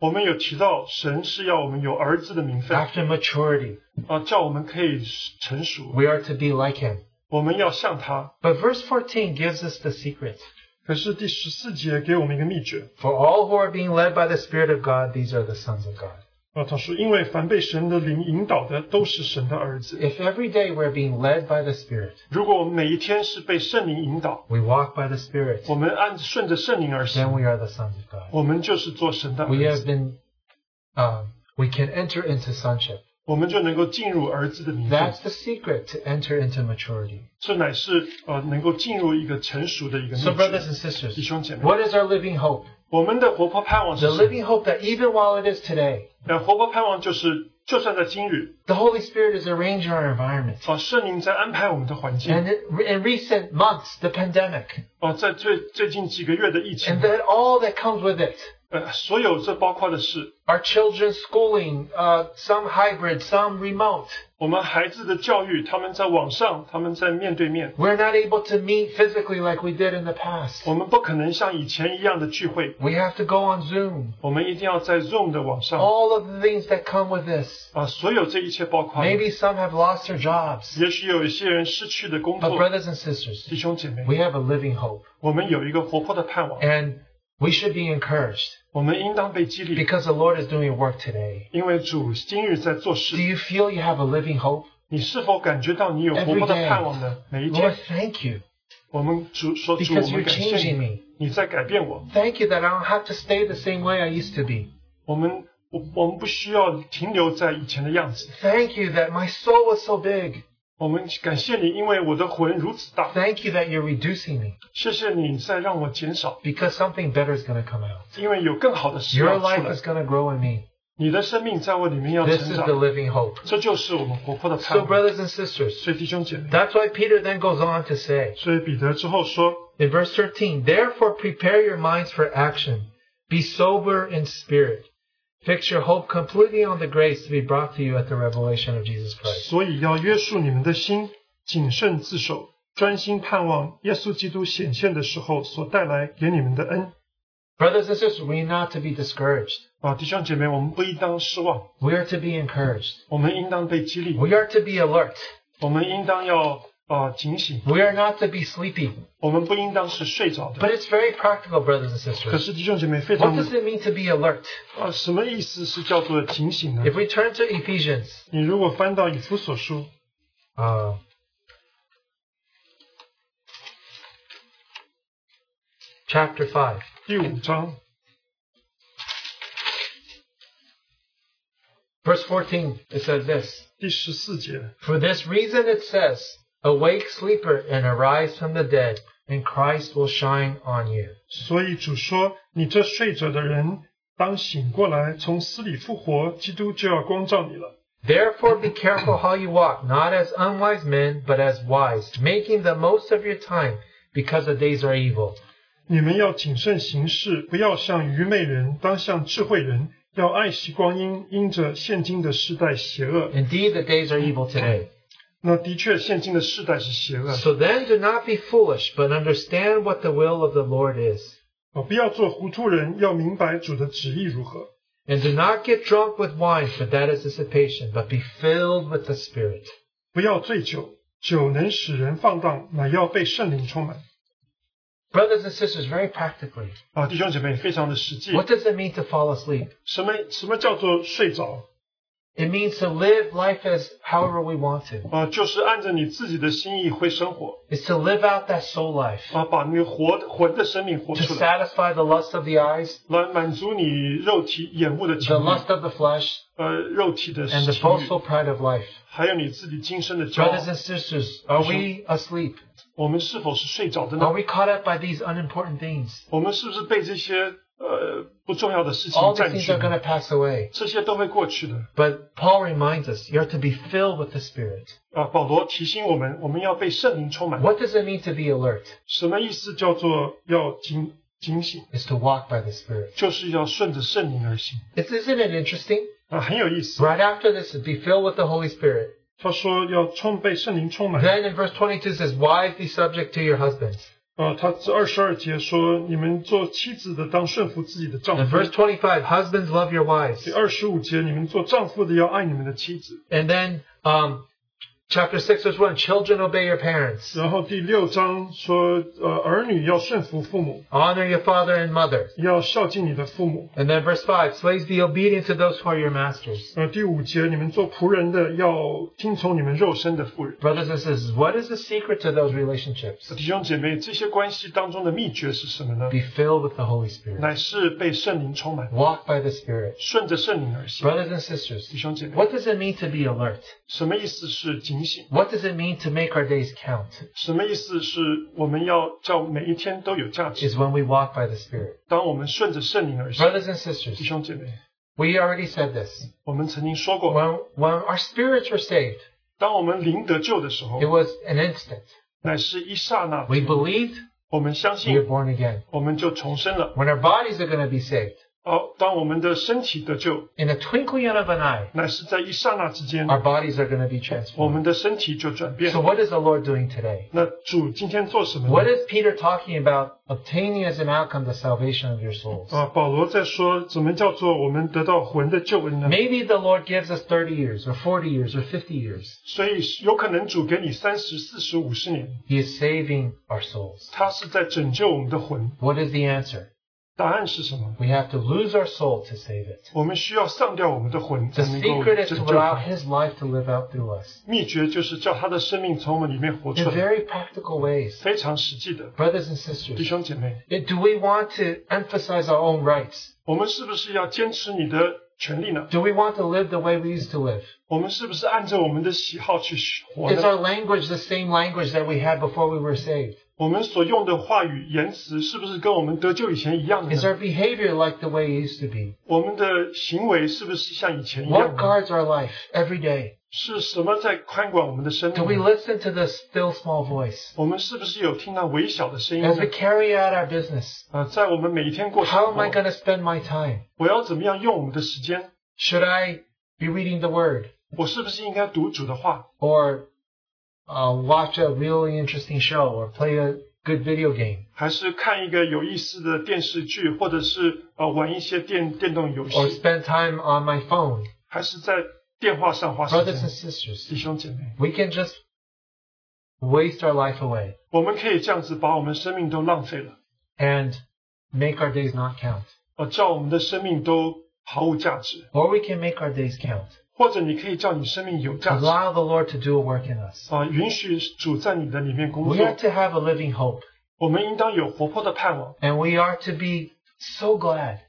[SPEAKER 2] 我们有提到，神是要我们有儿子的名分
[SPEAKER 1] after maturity.
[SPEAKER 2] 啊，叫我们可以成熟，
[SPEAKER 1] We are to be like him.
[SPEAKER 2] 我们要像他。
[SPEAKER 1] But verse 14 gives us the secret.
[SPEAKER 2] 可是第十四节给我们一个秘诀
[SPEAKER 1] For all who are being led by the Spirit of God, these are the sons of God.
[SPEAKER 2] 啊，他说：“因为凡被神的灵引导的，都是神的儿子。”
[SPEAKER 1] If every day we're being led by the Spirit,
[SPEAKER 2] 如果我们每一天是被圣灵引导，
[SPEAKER 1] we walk by the Spirit,
[SPEAKER 2] 我们按顺着圣灵而
[SPEAKER 1] then
[SPEAKER 2] 行，
[SPEAKER 1] we are the sons of God.
[SPEAKER 2] 我们就是做神的
[SPEAKER 1] We
[SPEAKER 2] 儿
[SPEAKER 1] have
[SPEAKER 2] 子，
[SPEAKER 1] been, um, we can enter into sonship.
[SPEAKER 2] 我们就能够进入儿子的名分。
[SPEAKER 1] That's the secret to enter into maturity.
[SPEAKER 2] 这乃是呃能够进入一个成熟的一个
[SPEAKER 1] So,
[SPEAKER 2] 秘
[SPEAKER 1] brothers
[SPEAKER 2] 诀。
[SPEAKER 1] and sisters,
[SPEAKER 2] 弟兄姐妹，
[SPEAKER 1] what is our living hope?
[SPEAKER 2] 我们的活泼盼望
[SPEAKER 1] The
[SPEAKER 2] 是什么？
[SPEAKER 1] living hope that even while it is today,
[SPEAKER 2] 呃，活泼盼望就是，就算在今日，
[SPEAKER 1] the Holy Spirit is arranging our environment.
[SPEAKER 2] 啊，圣灵在安排我们的环境，呃
[SPEAKER 1] And in- in recent months, the pandemic,
[SPEAKER 2] 啊，在最最近几个月的疫情
[SPEAKER 1] and，then all that comes with it.
[SPEAKER 2] 呃，所有这包括的是
[SPEAKER 1] Our children's schooling, uh, some hybrid, some remote.
[SPEAKER 2] 我们孩子的教育，他们在网上，他们在面对面，
[SPEAKER 1] We're not able to meet physically like we did in the past.
[SPEAKER 2] 我们不可能像以前一样的聚会，
[SPEAKER 1] We have to go on Zoom.
[SPEAKER 2] 我们一定要在 Zoom 的网上
[SPEAKER 1] All of the things that come with this.
[SPEAKER 2] 啊，所有这一切包括。
[SPEAKER 1] Maybe some have lost their jobs.
[SPEAKER 2] 也许有一些人失去的工
[SPEAKER 1] But
[SPEAKER 2] 作，
[SPEAKER 1] brothers and sisters,
[SPEAKER 2] 弟兄姐妹，
[SPEAKER 1] we have a living hope.
[SPEAKER 2] 我们有一个活泼的盼望，
[SPEAKER 1] And we should be encouraged
[SPEAKER 2] 我们应当被激励，
[SPEAKER 1] because the Lord is doing work today.
[SPEAKER 2] 因为主今日在做
[SPEAKER 1] Do
[SPEAKER 2] 事。
[SPEAKER 1] you feel you have a living hope?
[SPEAKER 2] 你是否感觉到你有活泼的
[SPEAKER 1] Every day
[SPEAKER 2] 盼望呢？每一
[SPEAKER 1] Lord,
[SPEAKER 2] 天，
[SPEAKER 1] thank you
[SPEAKER 2] 我们主说主，我
[SPEAKER 1] because
[SPEAKER 2] 们
[SPEAKER 1] you're
[SPEAKER 2] 感谢
[SPEAKER 1] changing
[SPEAKER 2] 你，
[SPEAKER 1] me.
[SPEAKER 2] 你在改变我。
[SPEAKER 1] Thank you that I don't have to stay the same way I used to be.
[SPEAKER 2] 我们我我们不需要停留在以前的样子。
[SPEAKER 1] Thank you that my soul was so big.
[SPEAKER 2] 我们感谢你，因为我的魂如此大。
[SPEAKER 1] Thank you that you're reducing me
[SPEAKER 2] 谢谢你在让我减少，
[SPEAKER 1] because something better is going to come out.
[SPEAKER 2] 因为有更好的事要
[SPEAKER 1] Your
[SPEAKER 2] 出
[SPEAKER 1] life
[SPEAKER 2] 来
[SPEAKER 1] is。going to grow in me.
[SPEAKER 2] 你的生命在我里面要
[SPEAKER 1] This
[SPEAKER 2] 成
[SPEAKER 1] is the
[SPEAKER 2] 长，
[SPEAKER 1] living hope.
[SPEAKER 2] 这就是我们活泼的
[SPEAKER 1] So,
[SPEAKER 2] 盼望。
[SPEAKER 1] brothers and sisters,
[SPEAKER 2] 所以弟兄姐妹，
[SPEAKER 1] that's why Peter then goes on to say
[SPEAKER 2] 所以彼得之后说，
[SPEAKER 1] in verse 13, Therefore, prepare your minds for action. Be sober in spirit. Fix your hope completely on the grace to be brought to you at the revelation of Jesus Christ.
[SPEAKER 2] 所以要约束你们的心，谨慎自守，专心盼望耶稣基督显现的时候所带来给你们的恩。
[SPEAKER 1] Brothers and sisters, we are not to be discouraged.
[SPEAKER 2] 啊，弟兄姐妹，我们不应当失望，
[SPEAKER 1] We are to be encouraged.
[SPEAKER 2] 我们应当被激励，
[SPEAKER 1] We are to be alert.
[SPEAKER 2] 我们应当要啊警醒，
[SPEAKER 1] We are not to be sleepy.
[SPEAKER 2] 我们不应当是睡着的。
[SPEAKER 1] But it's very practical, brothers and
[SPEAKER 2] 可
[SPEAKER 1] sisters.
[SPEAKER 2] 是弟兄姐妹非
[SPEAKER 1] What
[SPEAKER 2] 常
[SPEAKER 1] does it mean to be alert?
[SPEAKER 2] 啊，什么意思是叫做警醒呢
[SPEAKER 1] If？we turn to Ephesians,
[SPEAKER 2] 你如果翻到以弗所书
[SPEAKER 1] uh, chapter 5,
[SPEAKER 2] 第五章
[SPEAKER 1] verse 14, it says this
[SPEAKER 2] 第十四节，
[SPEAKER 1] For this reason it says, Awake, sleeper, and arise from the dead, and Christ will shine on you.
[SPEAKER 2] 所以主说：“你这睡着的人，当醒过来，从死里复活，基督就要光照你了。”
[SPEAKER 1] Therefore, be careful how you walk, not as unwise men, but as wise, making the most of your time, because the days are evil.
[SPEAKER 2] 你们要谨慎行事，不要像愚昧人，当像智慧人，要爱惜光阴，因着现今的世代邪恶。
[SPEAKER 1] Indeed, the days are evil today.
[SPEAKER 2] 那的确，现今的世代是邪恶。
[SPEAKER 1] So then do not be foolish, but understand what the will of the Lord is.
[SPEAKER 2] 哦，不要做糊涂人，要明白主的旨意如何。
[SPEAKER 1] And do not get drunk with wine, for that is dissipation, but be filled with the Spirit.
[SPEAKER 2] 不要醉酒，酒能使人放荡，乃要被圣灵充满。
[SPEAKER 1] Brothers and sisters, very practically,
[SPEAKER 2] 啊，弟兄姐妹，非常的实际。
[SPEAKER 1] what does it mean to fall asleep?
[SPEAKER 2] 什么什么叫做睡着？
[SPEAKER 1] It means to live life as however we want to.
[SPEAKER 2] 啊，就是按着你自己的心意会生活，
[SPEAKER 1] It's to live out that soul life,
[SPEAKER 2] 啊，把那个活魂的生命活
[SPEAKER 1] to
[SPEAKER 2] 出来，
[SPEAKER 1] satisfy the lust of the eyes,
[SPEAKER 2] 来满足你肉体眼目的情
[SPEAKER 1] the
[SPEAKER 2] 欲，
[SPEAKER 1] lust of the flesh,
[SPEAKER 2] 呃，肉体的
[SPEAKER 1] and
[SPEAKER 2] 情
[SPEAKER 1] the
[SPEAKER 2] 欲。
[SPEAKER 1] boastful pride of life.
[SPEAKER 2] 还有你自己今生的骄
[SPEAKER 1] Brothers
[SPEAKER 2] 傲，
[SPEAKER 1] and sisters, are we asleep?
[SPEAKER 2] 我们是否是睡着的
[SPEAKER 1] Are
[SPEAKER 2] 呢？
[SPEAKER 1] we caught up by these unimportant things?
[SPEAKER 2] 我们是不是被这些呃不重要的事
[SPEAKER 1] All
[SPEAKER 2] 情
[SPEAKER 1] these
[SPEAKER 2] 占
[SPEAKER 1] things
[SPEAKER 2] 据
[SPEAKER 1] are？going to pass away.
[SPEAKER 2] 这些都会过去的
[SPEAKER 1] But Paul reminds us, you are to be filled with the Spirit.
[SPEAKER 2] 啊！保罗提醒我们，我们要被圣灵充满。
[SPEAKER 1] What does it mean to be alert?
[SPEAKER 2] 什么意思？叫做要警警醒，
[SPEAKER 1] Is to walk by the Spirit.
[SPEAKER 2] 就是要顺着圣灵而行
[SPEAKER 1] It's, isn't it interesting?
[SPEAKER 2] 啊！很有意思。
[SPEAKER 1] Right after this is be filled with the Holy Spirit.
[SPEAKER 2] 他说要充被圣灵充满。
[SPEAKER 1] Then in verse 22 says, Wives be subject to your husbands.
[SPEAKER 2] 呃，他这二十二节说，你们做妻子的当顺服自己的丈
[SPEAKER 1] In
[SPEAKER 2] 夫。
[SPEAKER 1] verse 25, husbands love your wives.
[SPEAKER 2] 第二十五节，你们做丈夫的要爱你们的妻子。
[SPEAKER 1] And then um, chapter 6 verse 1, children obey your parents.
[SPEAKER 2] 然后第六章说，呃，儿女要顺服父母。
[SPEAKER 1] Honor your father and mother.
[SPEAKER 2] 要孝敬你的父母。
[SPEAKER 1] And then verse 5, slaves be obedient to those who are your masters.
[SPEAKER 2] 呃，第五节，你们做仆人的要听从你们肉身的妇人。
[SPEAKER 1] Brothers and sisters, what is the secret to those relationships?
[SPEAKER 2] 弟兄姐妹，这些关系当中的秘诀是什么呢？
[SPEAKER 1] Be filled with the Holy Spirit.
[SPEAKER 2] 乃是被圣灵充满，
[SPEAKER 1] Walk by the Spirit.
[SPEAKER 2] 顺着圣灵而行。
[SPEAKER 1] Brothers and
[SPEAKER 2] 弟
[SPEAKER 1] sisters,
[SPEAKER 2] 兄姐妹，
[SPEAKER 1] what does it mean to be alert?
[SPEAKER 2] 什么意思是警醒？
[SPEAKER 1] What does it mean to make our days count?
[SPEAKER 2] 什么意思是我们要叫每一天都有价值？
[SPEAKER 1] Is when we walk by the Spirit.
[SPEAKER 2] 当我们顺着圣灵而行，
[SPEAKER 1] Brothers and
[SPEAKER 2] 弟
[SPEAKER 1] sisters,
[SPEAKER 2] 兄姐妹，
[SPEAKER 1] we already said this.
[SPEAKER 2] 我们曾经说过，
[SPEAKER 1] When, when our spirits were saved,
[SPEAKER 2] 当我们灵得救的时候
[SPEAKER 1] it，was an instant.
[SPEAKER 2] 乃是一刹那的
[SPEAKER 1] We believed,
[SPEAKER 2] 我们相
[SPEAKER 1] we are
[SPEAKER 2] 信，
[SPEAKER 1] born again.
[SPEAKER 2] 我们就重生了。
[SPEAKER 1] When our bodies are going to be saved,
[SPEAKER 2] 哦，当我们的身体得救，
[SPEAKER 1] In a twinkling of an eye,
[SPEAKER 2] 乃是在一刹那之间，
[SPEAKER 1] our bodies are going to be
[SPEAKER 2] 我
[SPEAKER 1] transformed.
[SPEAKER 2] 们的身体就转变
[SPEAKER 1] So。what is the Lord doing today?
[SPEAKER 2] 那主今天做什么呢
[SPEAKER 1] What？is Peter talking about obtaining as an outcome the salvation of your souls?
[SPEAKER 2] 啊，保罗在说，怎么叫做我们得到魂的救恩呢？
[SPEAKER 1] Maybe the Lord gives us 30 years or 40 years or 50 years.
[SPEAKER 2] 所以有可能主给你三十四十五十年，
[SPEAKER 1] He is saving our souls.
[SPEAKER 2] 他是在拯救我们的魂。
[SPEAKER 1] What is the answer?
[SPEAKER 2] 答案是什么？
[SPEAKER 1] We have to lose our soul to save it.
[SPEAKER 2] 我们需要上掉我们的魂，才
[SPEAKER 1] The
[SPEAKER 2] 能够
[SPEAKER 1] secret is
[SPEAKER 2] 拯
[SPEAKER 1] to
[SPEAKER 2] 救
[SPEAKER 1] allow
[SPEAKER 2] 它。
[SPEAKER 1] His life to live out through us
[SPEAKER 2] 秘诀就是叫他的生命从我们里面活
[SPEAKER 1] in
[SPEAKER 2] 出来，
[SPEAKER 1] very practical ways.
[SPEAKER 2] 非常实际的。
[SPEAKER 1] Brothers and
[SPEAKER 2] 弟
[SPEAKER 1] sisters,
[SPEAKER 2] 兄姐妹，
[SPEAKER 1] do we want to emphasize our own rights?
[SPEAKER 2] 我们是不是要坚持你的权利呢？
[SPEAKER 1] Do we want to live the way we used to live?
[SPEAKER 2] 我们是不是按照我们的喜好去活
[SPEAKER 1] Is our
[SPEAKER 2] 呢？
[SPEAKER 1] language the same language that we had before we were saved?
[SPEAKER 2] 我们所用的话语言辞是不是跟我们得救以前一样的
[SPEAKER 1] Is our
[SPEAKER 2] 呢？
[SPEAKER 1] behavior like the way it used to be?
[SPEAKER 2] 我们的行为是不是像以前一
[SPEAKER 1] What
[SPEAKER 2] 样呢？
[SPEAKER 1] guards our life every day?
[SPEAKER 2] 是什么在宽广我们的生
[SPEAKER 1] Do
[SPEAKER 2] 命
[SPEAKER 1] we
[SPEAKER 2] 呢？
[SPEAKER 1] listen to the still small voice?
[SPEAKER 2] 我们是不是有听到微小的声音呢
[SPEAKER 1] As we carry out our business,
[SPEAKER 2] 啊，在我们每一天过生
[SPEAKER 1] how am
[SPEAKER 2] 活
[SPEAKER 1] I going to spend my time?
[SPEAKER 2] 我要怎么样用我们的时间？
[SPEAKER 1] Should I be reading the Word
[SPEAKER 2] 我是不是应该读主的话，
[SPEAKER 1] or uh, watch a really interesting show or play a good video game
[SPEAKER 2] 还是看一个有意思的电视剧，或者是呃玩一些电电动游
[SPEAKER 1] or
[SPEAKER 2] 戏，
[SPEAKER 1] spend time on my phone?
[SPEAKER 2] 还是在电话上花时
[SPEAKER 1] Brothers and
[SPEAKER 2] 间？
[SPEAKER 1] sisters,
[SPEAKER 2] 弟兄姐妹，
[SPEAKER 1] we can just waste our life away
[SPEAKER 2] 我们可以这样子把我们生命都浪费了，
[SPEAKER 1] and make our days not count.
[SPEAKER 2] 呃，叫我们的生命都毫无价值，
[SPEAKER 1] Or we can make our days count.
[SPEAKER 2] 或者你可以叫你生命有价值，啊、
[SPEAKER 1] Allow the Lord to do a work in us.
[SPEAKER 2] 允许主在你的里面工
[SPEAKER 1] We are
[SPEAKER 2] 作。
[SPEAKER 1] to have a living hope,
[SPEAKER 2] 我们应当有活泼的盼望，
[SPEAKER 1] and we are to be so glad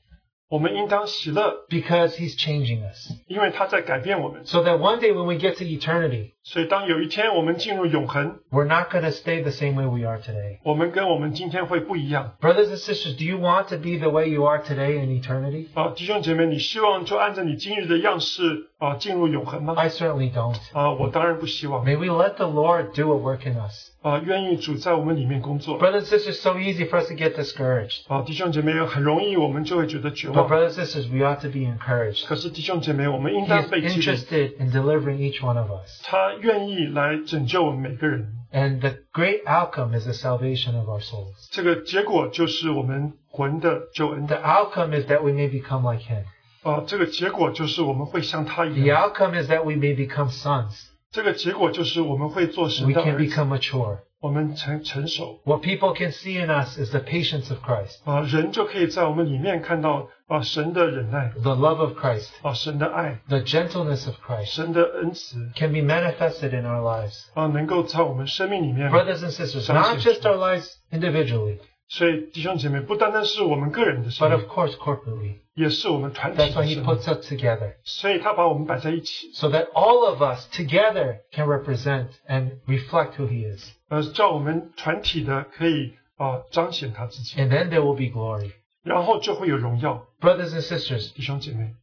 [SPEAKER 2] 我们应当喜乐，
[SPEAKER 1] because He's changing us.
[SPEAKER 2] 因为他在改变我们。
[SPEAKER 1] So that one day when we get to eternity,
[SPEAKER 2] 所以，当有一天我们进入永恒，
[SPEAKER 1] we're not going to stay the same way we are today.
[SPEAKER 2] 我们跟我们今天会不一样。
[SPEAKER 1] Brothers and sisters, do you want to be the way you are today in eternity?
[SPEAKER 2] 啊，弟兄姐妹，你希望就按照你今日的样式啊进入永恒吗？
[SPEAKER 1] I certainly don't.
[SPEAKER 2] 啊，我当然不希望。
[SPEAKER 1] May we let the Lord do a work in us.
[SPEAKER 2] 啊，愿意主在我们里面工作。
[SPEAKER 1] Brothers and sisters, so easy for us to get discouraged.
[SPEAKER 2] 啊，弟兄姐妹，很容易我们就会觉得绝
[SPEAKER 1] But
[SPEAKER 2] 望。
[SPEAKER 1] brothers and sisters, we ought to be encouraged.
[SPEAKER 2] 可是弟兄姐妹，我们应
[SPEAKER 1] He
[SPEAKER 2] 当
[SPEAKER 1] is
[SPEAKER 2] 被激励。
[SPEAKER 1] interested in delivering each one of us.
[SPEAKER 2] 他愿意来拯救我们每个人。
[SPEAKER 1] And the great outcome is the salvation of our souls.
[SPEAKER 2] 这个结果就是我们魂的救恩。
[SPEAKER 1] The outcome is that we may become like him.
[SPEAKER 2] 啊，这个结果就是我们会像他一
[SPEAKER 1] The
[SPEAKER 2] 样。
[SPEAKER 1] outcome is that we may become sons.
[SPEAKER 2] 这个结果就是我们会做神
[SPEAKER 1] We
[SPEAKER 2] 的
[SPEAKER 1] can
[SPEAKER 2] 儿子，
[SPEAKER 1] become mature.
[SPEAKER 2] 我们成成熟。
[SPEAKER 1] What people can see in us is the patience of Christ,
[SPEAKER 2] 啊，人就可以在我们里面看到啊神的忍耐，
[SPEAKER 1] the love of Christ,
[SPEAKER 2] 啊神的爱，
[SPEAKER 1] the gentleness of Christ
[SPEAKER 2] 神的恩慈
[SPEAKER 1] can be manifested in our lives.
[SPEAKER 2] 啊，能够在我们生命里面。
[SPEAKER 1] Brothers and sisters, not just our lives individually,
[SPEAKER 2] 所以弟兄姐妹，不单单是我们个人的
[SPEAKER 1] but
[SPEAKER 2] 生
[SPEAKER 1] of
[SPEAKER 2] 命，
[SPEAKER 1] course corporately.
[SPEAKER 2] 也是我们团体
[SPEAKER 1] That's why
[SPEAKER 2] 的
[SPEAKER 1] He
[SPEAKER 2] 生命。
[SPEAKER 1] puts us together,
[SPEAKER 2] 所以他把我们摆在一起，
[SPEAKER 1] so that all of us together can represent and reflect who He is.
[SPEAKER 2] 呃，叫我们团体的可以啊彰显他自己，
[SPEAKER 1] And then there will be glory.
[SPEAKER 2] 然后就会有荣耀。
[SPEAKER 1] Brothers and sisters,
[SPEAKER 2] 弟兄姐妹，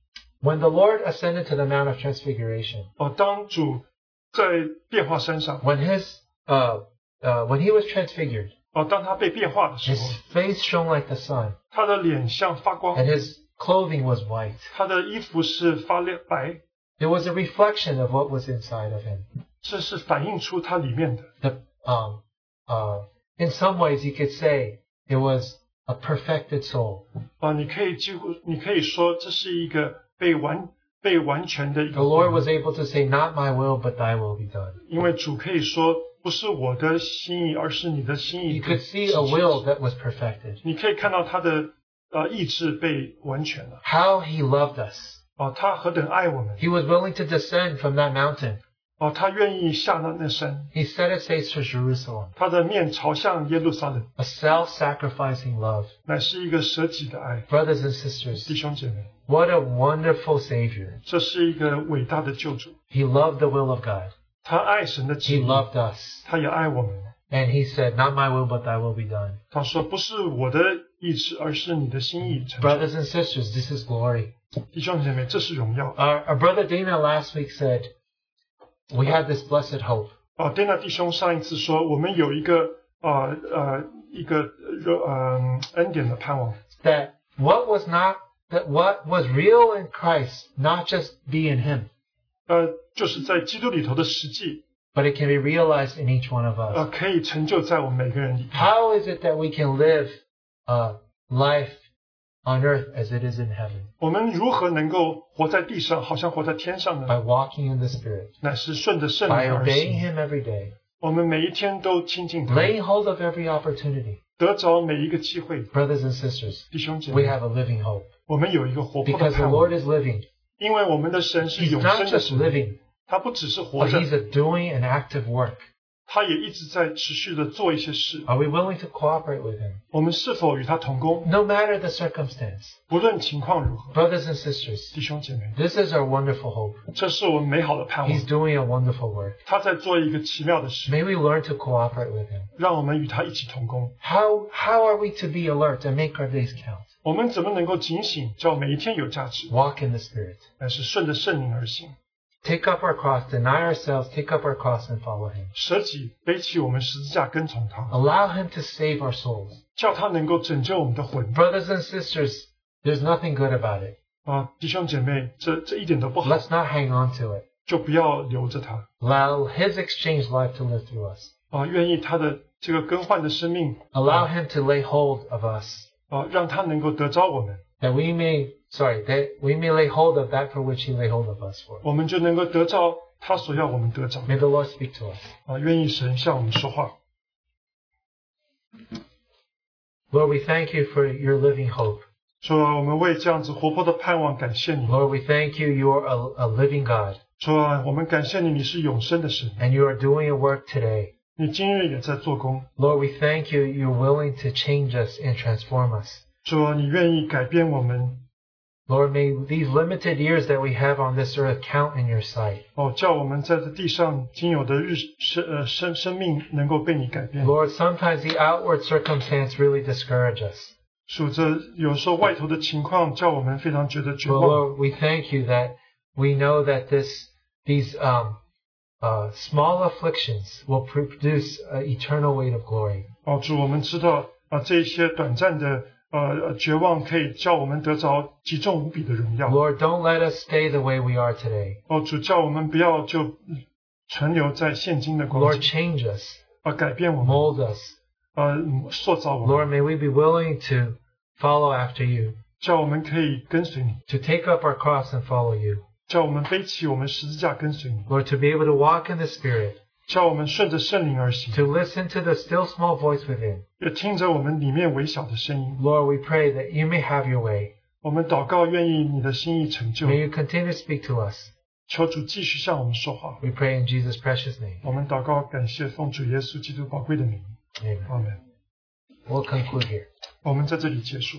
[SPEAKER 1] When the Lord ascended to the Mount of Transfiguration,
[SPEAKER 2] 哦、当主在变化山上，
[SPEAKER 1] when his uh, uh, when he was transfigured,
[SPEAKER 2] 哦、当他被变化的时
[SPEAKER 1] his
[SPEAKER 2] 候，
[SPEAKER 1] face shone like the sun,
[SPEAKER 2] 他的脸像发光
[SPEAKER 1] and，his clothing was white.
[SPEAKER 2] 他的衣服是发亮白，
[SPEAKER 1] It was a reflection of what was inside of him.
[SPEAKER 2] 这是反映出他里面的。
[SPEAKER 1] The, um, uh, in some ways, you could say it was a perfected soul.
[SPEAKER 2] 啊，你可以几乎，你可以说这是一个被完被完全的一
[SPEAKER 1] The
[SPEAKER 2] 个
[SPEAKER 1] Lord was able to say, "Not my will, but Thy will be done."
[SPEAKER 2] 因为主可以说不是我的心意，而是你的心意
[SPEAKER 1] You
[SPEAKER 2] 被
[SPEAKER 1] could
[SPEAKER 2] 实
[SPEAKER 1] see
[SPEAKER 2] 现。
[SPEAKER 1] a will that was perfected.
[SPEAKER 2] *laughs* 你可以看到他的呃意志被完全了
[SPEAKER 1] How He loved us!
[SPEAKER 2] 啊，他何等爱我们
[SPEAKER 1] He was willing to descend from that mountain.
[SPEAKER 2] 啊，他愿意下那那山，
[SPEAKER 1] He set His face to Jerusalem.
[SPEAKER 2] 他的面朝向耶路撒冷，
[SPEAKER 1] a self-sacrificing love.
[SPEAKER 2] 乃是一个舍己的爱。
[SPEAKER 1] Brothers and
[SPEAKER 2] 弟
[SPEAKER 1] sisters,
[SPEAKER 2] 兄姐妹，
[SPEAKER 1] what a wonderful Savior.
[SPEAKER 2] 这是一个伟大的救主，
[SPEAKER 1] He loved the will of God.
[SPEAKER 2] 他爱神的
[SPEAKER 1] He
[SPEAKER 2] 旨意，
[SPEAKER 1] loved us.
[SPEAKER 2] 他也爱我们。
[SPEAKER 1] And he said, not my will, but thy will be done.
[SPEAKER 2] 他说不是我的意志，而是你的心意成就。
[SPEAKER 1] Brothers and sisters, this is glory.
[SPEAKER 2] 弟兄姐妹，这是荣耀。
[SPEAKER 1] Our, our brother Dana last week said, we have this blessed hope.
[SPEAKER 2] 啊，戴娜弟兄上一次说，我们有一个啊呃一个呃嗯恩典的盼望，
[SPEAKER 1] That what was not that what was real in Christ not just be in Him,
[SPEAKER 2] 呃，就是在基督里头的实际，
[SPEAKER 1] but it can be realized in each one of us.
[SPEAKER 2] 呃，可以成就在我们每个人里。
[SPEAKER 1] How is it that we can live uh, life on earth as it is in heaven?
[SPEAKER 2] 我们如何能够活在地上，好像活在天上呢？
[SPEAKER 1] By walking in the Spirit,
[SPEAKER 2] 乃是顺着圣灵
[SPEAKER 1] 哎 by
[SPEAKER 2] 而
[SPEAKER 1] obeying Him
[SPEAKER 2] 行。
[SPEAKER 1] every day,
[SPEAKER 2] 我们每一天都亲近他，
[SPEAKER 1] laying hold of every opportunity.
[SPEAKER 2] 得着每一个机会。
[SPEAKER 1] Brothers and sisters,
[SPEAKER 2] 弟兄姐
[SPEAKER 1] we
[SPEAKER 2] 妹，
[SPEAKER 1] have a living hope
[SPEAKER 2] 我们有一个活泼的
[SPEAKER 1] because the
[SPEAKER 2] 盼望
[SPEAKER 1] Lord，is living.
[SPEAKER 2] 因为我们的神是
[SPEAKER 1] He's
[SPEAKER 2] 永生
[SPEAKER 1] not
[SPEAKER 2] 的
[SPEAKER 1] just
[SPEAKER 2] 神，
[SPEAKER 1] living,
[SPEAKER 2] 他不只是活
[SPEAKER 1] but
[SPEAKER 2] 着，
[SPEAKER 1] He's a doing and active work.
[SPEAKER 2] 他也一直在持续的做一些事。
[SPEAKER 1] Are we willing to cooperate with Him?
[SPEAKER 2] 我们是否与他同工？
[SPEAKER 1] No matter the circumstance,
[SPEAKER 2] 不论情况如何，
[SPEAKER 1] brothers and sisters,
[SPEAKER 2] 弟兄姐妹，
[SPEAKER 1] this is our wonderful hope.
[SPEAKER 2] 这是我们美好的盼
[SPEAKER 1] He's
[SPEAKER 2] 望。
[SPEAKER 1] doing a wonderful work.
[SPEAKER 2] 他在做一个奇妙的事，
[SPEAKER 1] May we learn to cooperate with Him.
[SPEAKER 2] 让我们与他一起同工。
[SPEAKER 1] How how are we to be alert and make our days count?
[SPEAKER 2] 我们怎么能够警醒，叫每一天有价值？
[SPEAKER 1] Walk in the Spirit.
[SPEAKER 2] 乃是顺着圣灵而行，
[SPEAKER 1] Take up our cross, deny ourselves, take up our cross and follow Him.
[SPEAKER 2] 舍己背起我们十字架跟从他，
[SPEAKER 1] Allow Him to save our souls.
[SPEAKER 2] 叫他能够拯救我们的魂。
[SPEAKER 1] Brothers and sisters, there's nothing good about it.
[SPEAKER 2] 啊，弟兄姐妹，这这一点都不好，
[SPEAKER 1] Let's not hang on to it.
[SPEAKER 2] 就不要留着他
[SPEAKER 1] Allow His exchange life to live through us.
[SPEAKER 2] 啊！愿意他的这个更换的生命
[SPEAKER 1] Allow Him to lay hold of us,
[SPEAKER 2] 啊，让他能够得着我们，
[SPEAKER 1] that we may, sorry, that we may lay hold of that for which He lay hold of us for.
[SPEAKER 2] 我们就能够得着他所要我们得着
[SPEAKER 1] May the Lord speak to us.
[SPEAKER 2] 啊！愿意神向我们说话，
[SPEAKER 1] Lord, we thank you for your living hope.
[SPEAKER 2] 主啊，我们为这样子活泼的盼望感谢你，
[SPEAKER 1] Lord, we thank you. You are a, a living God,
[SPEAKER 2] 主啊，我们感谢你，你是永生的神，
[SPEAKER 1] and you are doing a work today.
[SPEAKER 2] 你今日也在做工，
[SPEAKER 1] Lord, we thank you. You're willing to change us and transform us.
[SPEAKER 2] 主啊，你愿意改变我们，
[SPEAKER 1] Lord, may these limited years that we have on this earth count in your sight.
[SPEAKER 2] 哦，叫我们在这地上仅有的日生呃生生命能够被你改变。
[SPEAKER 1] Lord, sometimes the outward circumstance really discourage us.
[SPEAKER 2] 数着有时候外头的情况，叫我们非常觉得绝
[SPEAKER 1] But
[SPEAKER 2] 望。
[SPEAKER 1] Lord, we thank you that we know that this, these um, uh, small afflictions will produce uh, eternal weight of glory.
[SPEAKER 2] 哦，主，我们知道啊、这些短暂的呃呃绝望，可以叫我们得着极重无比的荣耀。
[SPEAKER 1] Lord, don't let us stay the way we are today.
[SPEAKER 2] 哦，主，叫我们不要就嗯存留在现今的光
[SPEAKER 1] Lord,
[SPEAKER 2] 景，
[SPEAKER 1] change us,
[SPEAKER 2] 而、改变我们，
[SPEAKER 1] mold us.
[SPEAKER 2] 呃，嗯塑造我们，
[SPEAKER 1] Lord, may we be willing to follow after you,
[SPEAKER 2] 叫我们可以跟随你，
[SPEAKER 1] to take up our cross and follow you.
[SPEAKER 2] 叫我们背起我们十字架跟随你，
[SPEAKER 1] Lord, to be able to walk in the Spirit,
[SPEAKER 2] 叫我们顺着圣灵而行，
[SPEAKER 1] to listen to the still small voice within.
[SPEAKER 2] 也听着我们里面微小的声音。
[SPEAKER 1] Lord, we pray that you may have your way.
[SPEAKER 2] 我们祷告，愿意你的心意成就。
[SPEAKER 1] May you continue to speak to us.
[SPEAKER 2] 求主继续向我们说话。
[SPEAKER 1] We pray in Jesus' precious name.
[SPEAKER 2] 我们祷告，感谢奉主耶稣基督宝贵的名，
[SPEAKER 1] Amen.
[SPEAKER 2] 阿门。
[SPEAKER 1] We'll conclude here.
[SPEAKER 2] 我们在这里结束。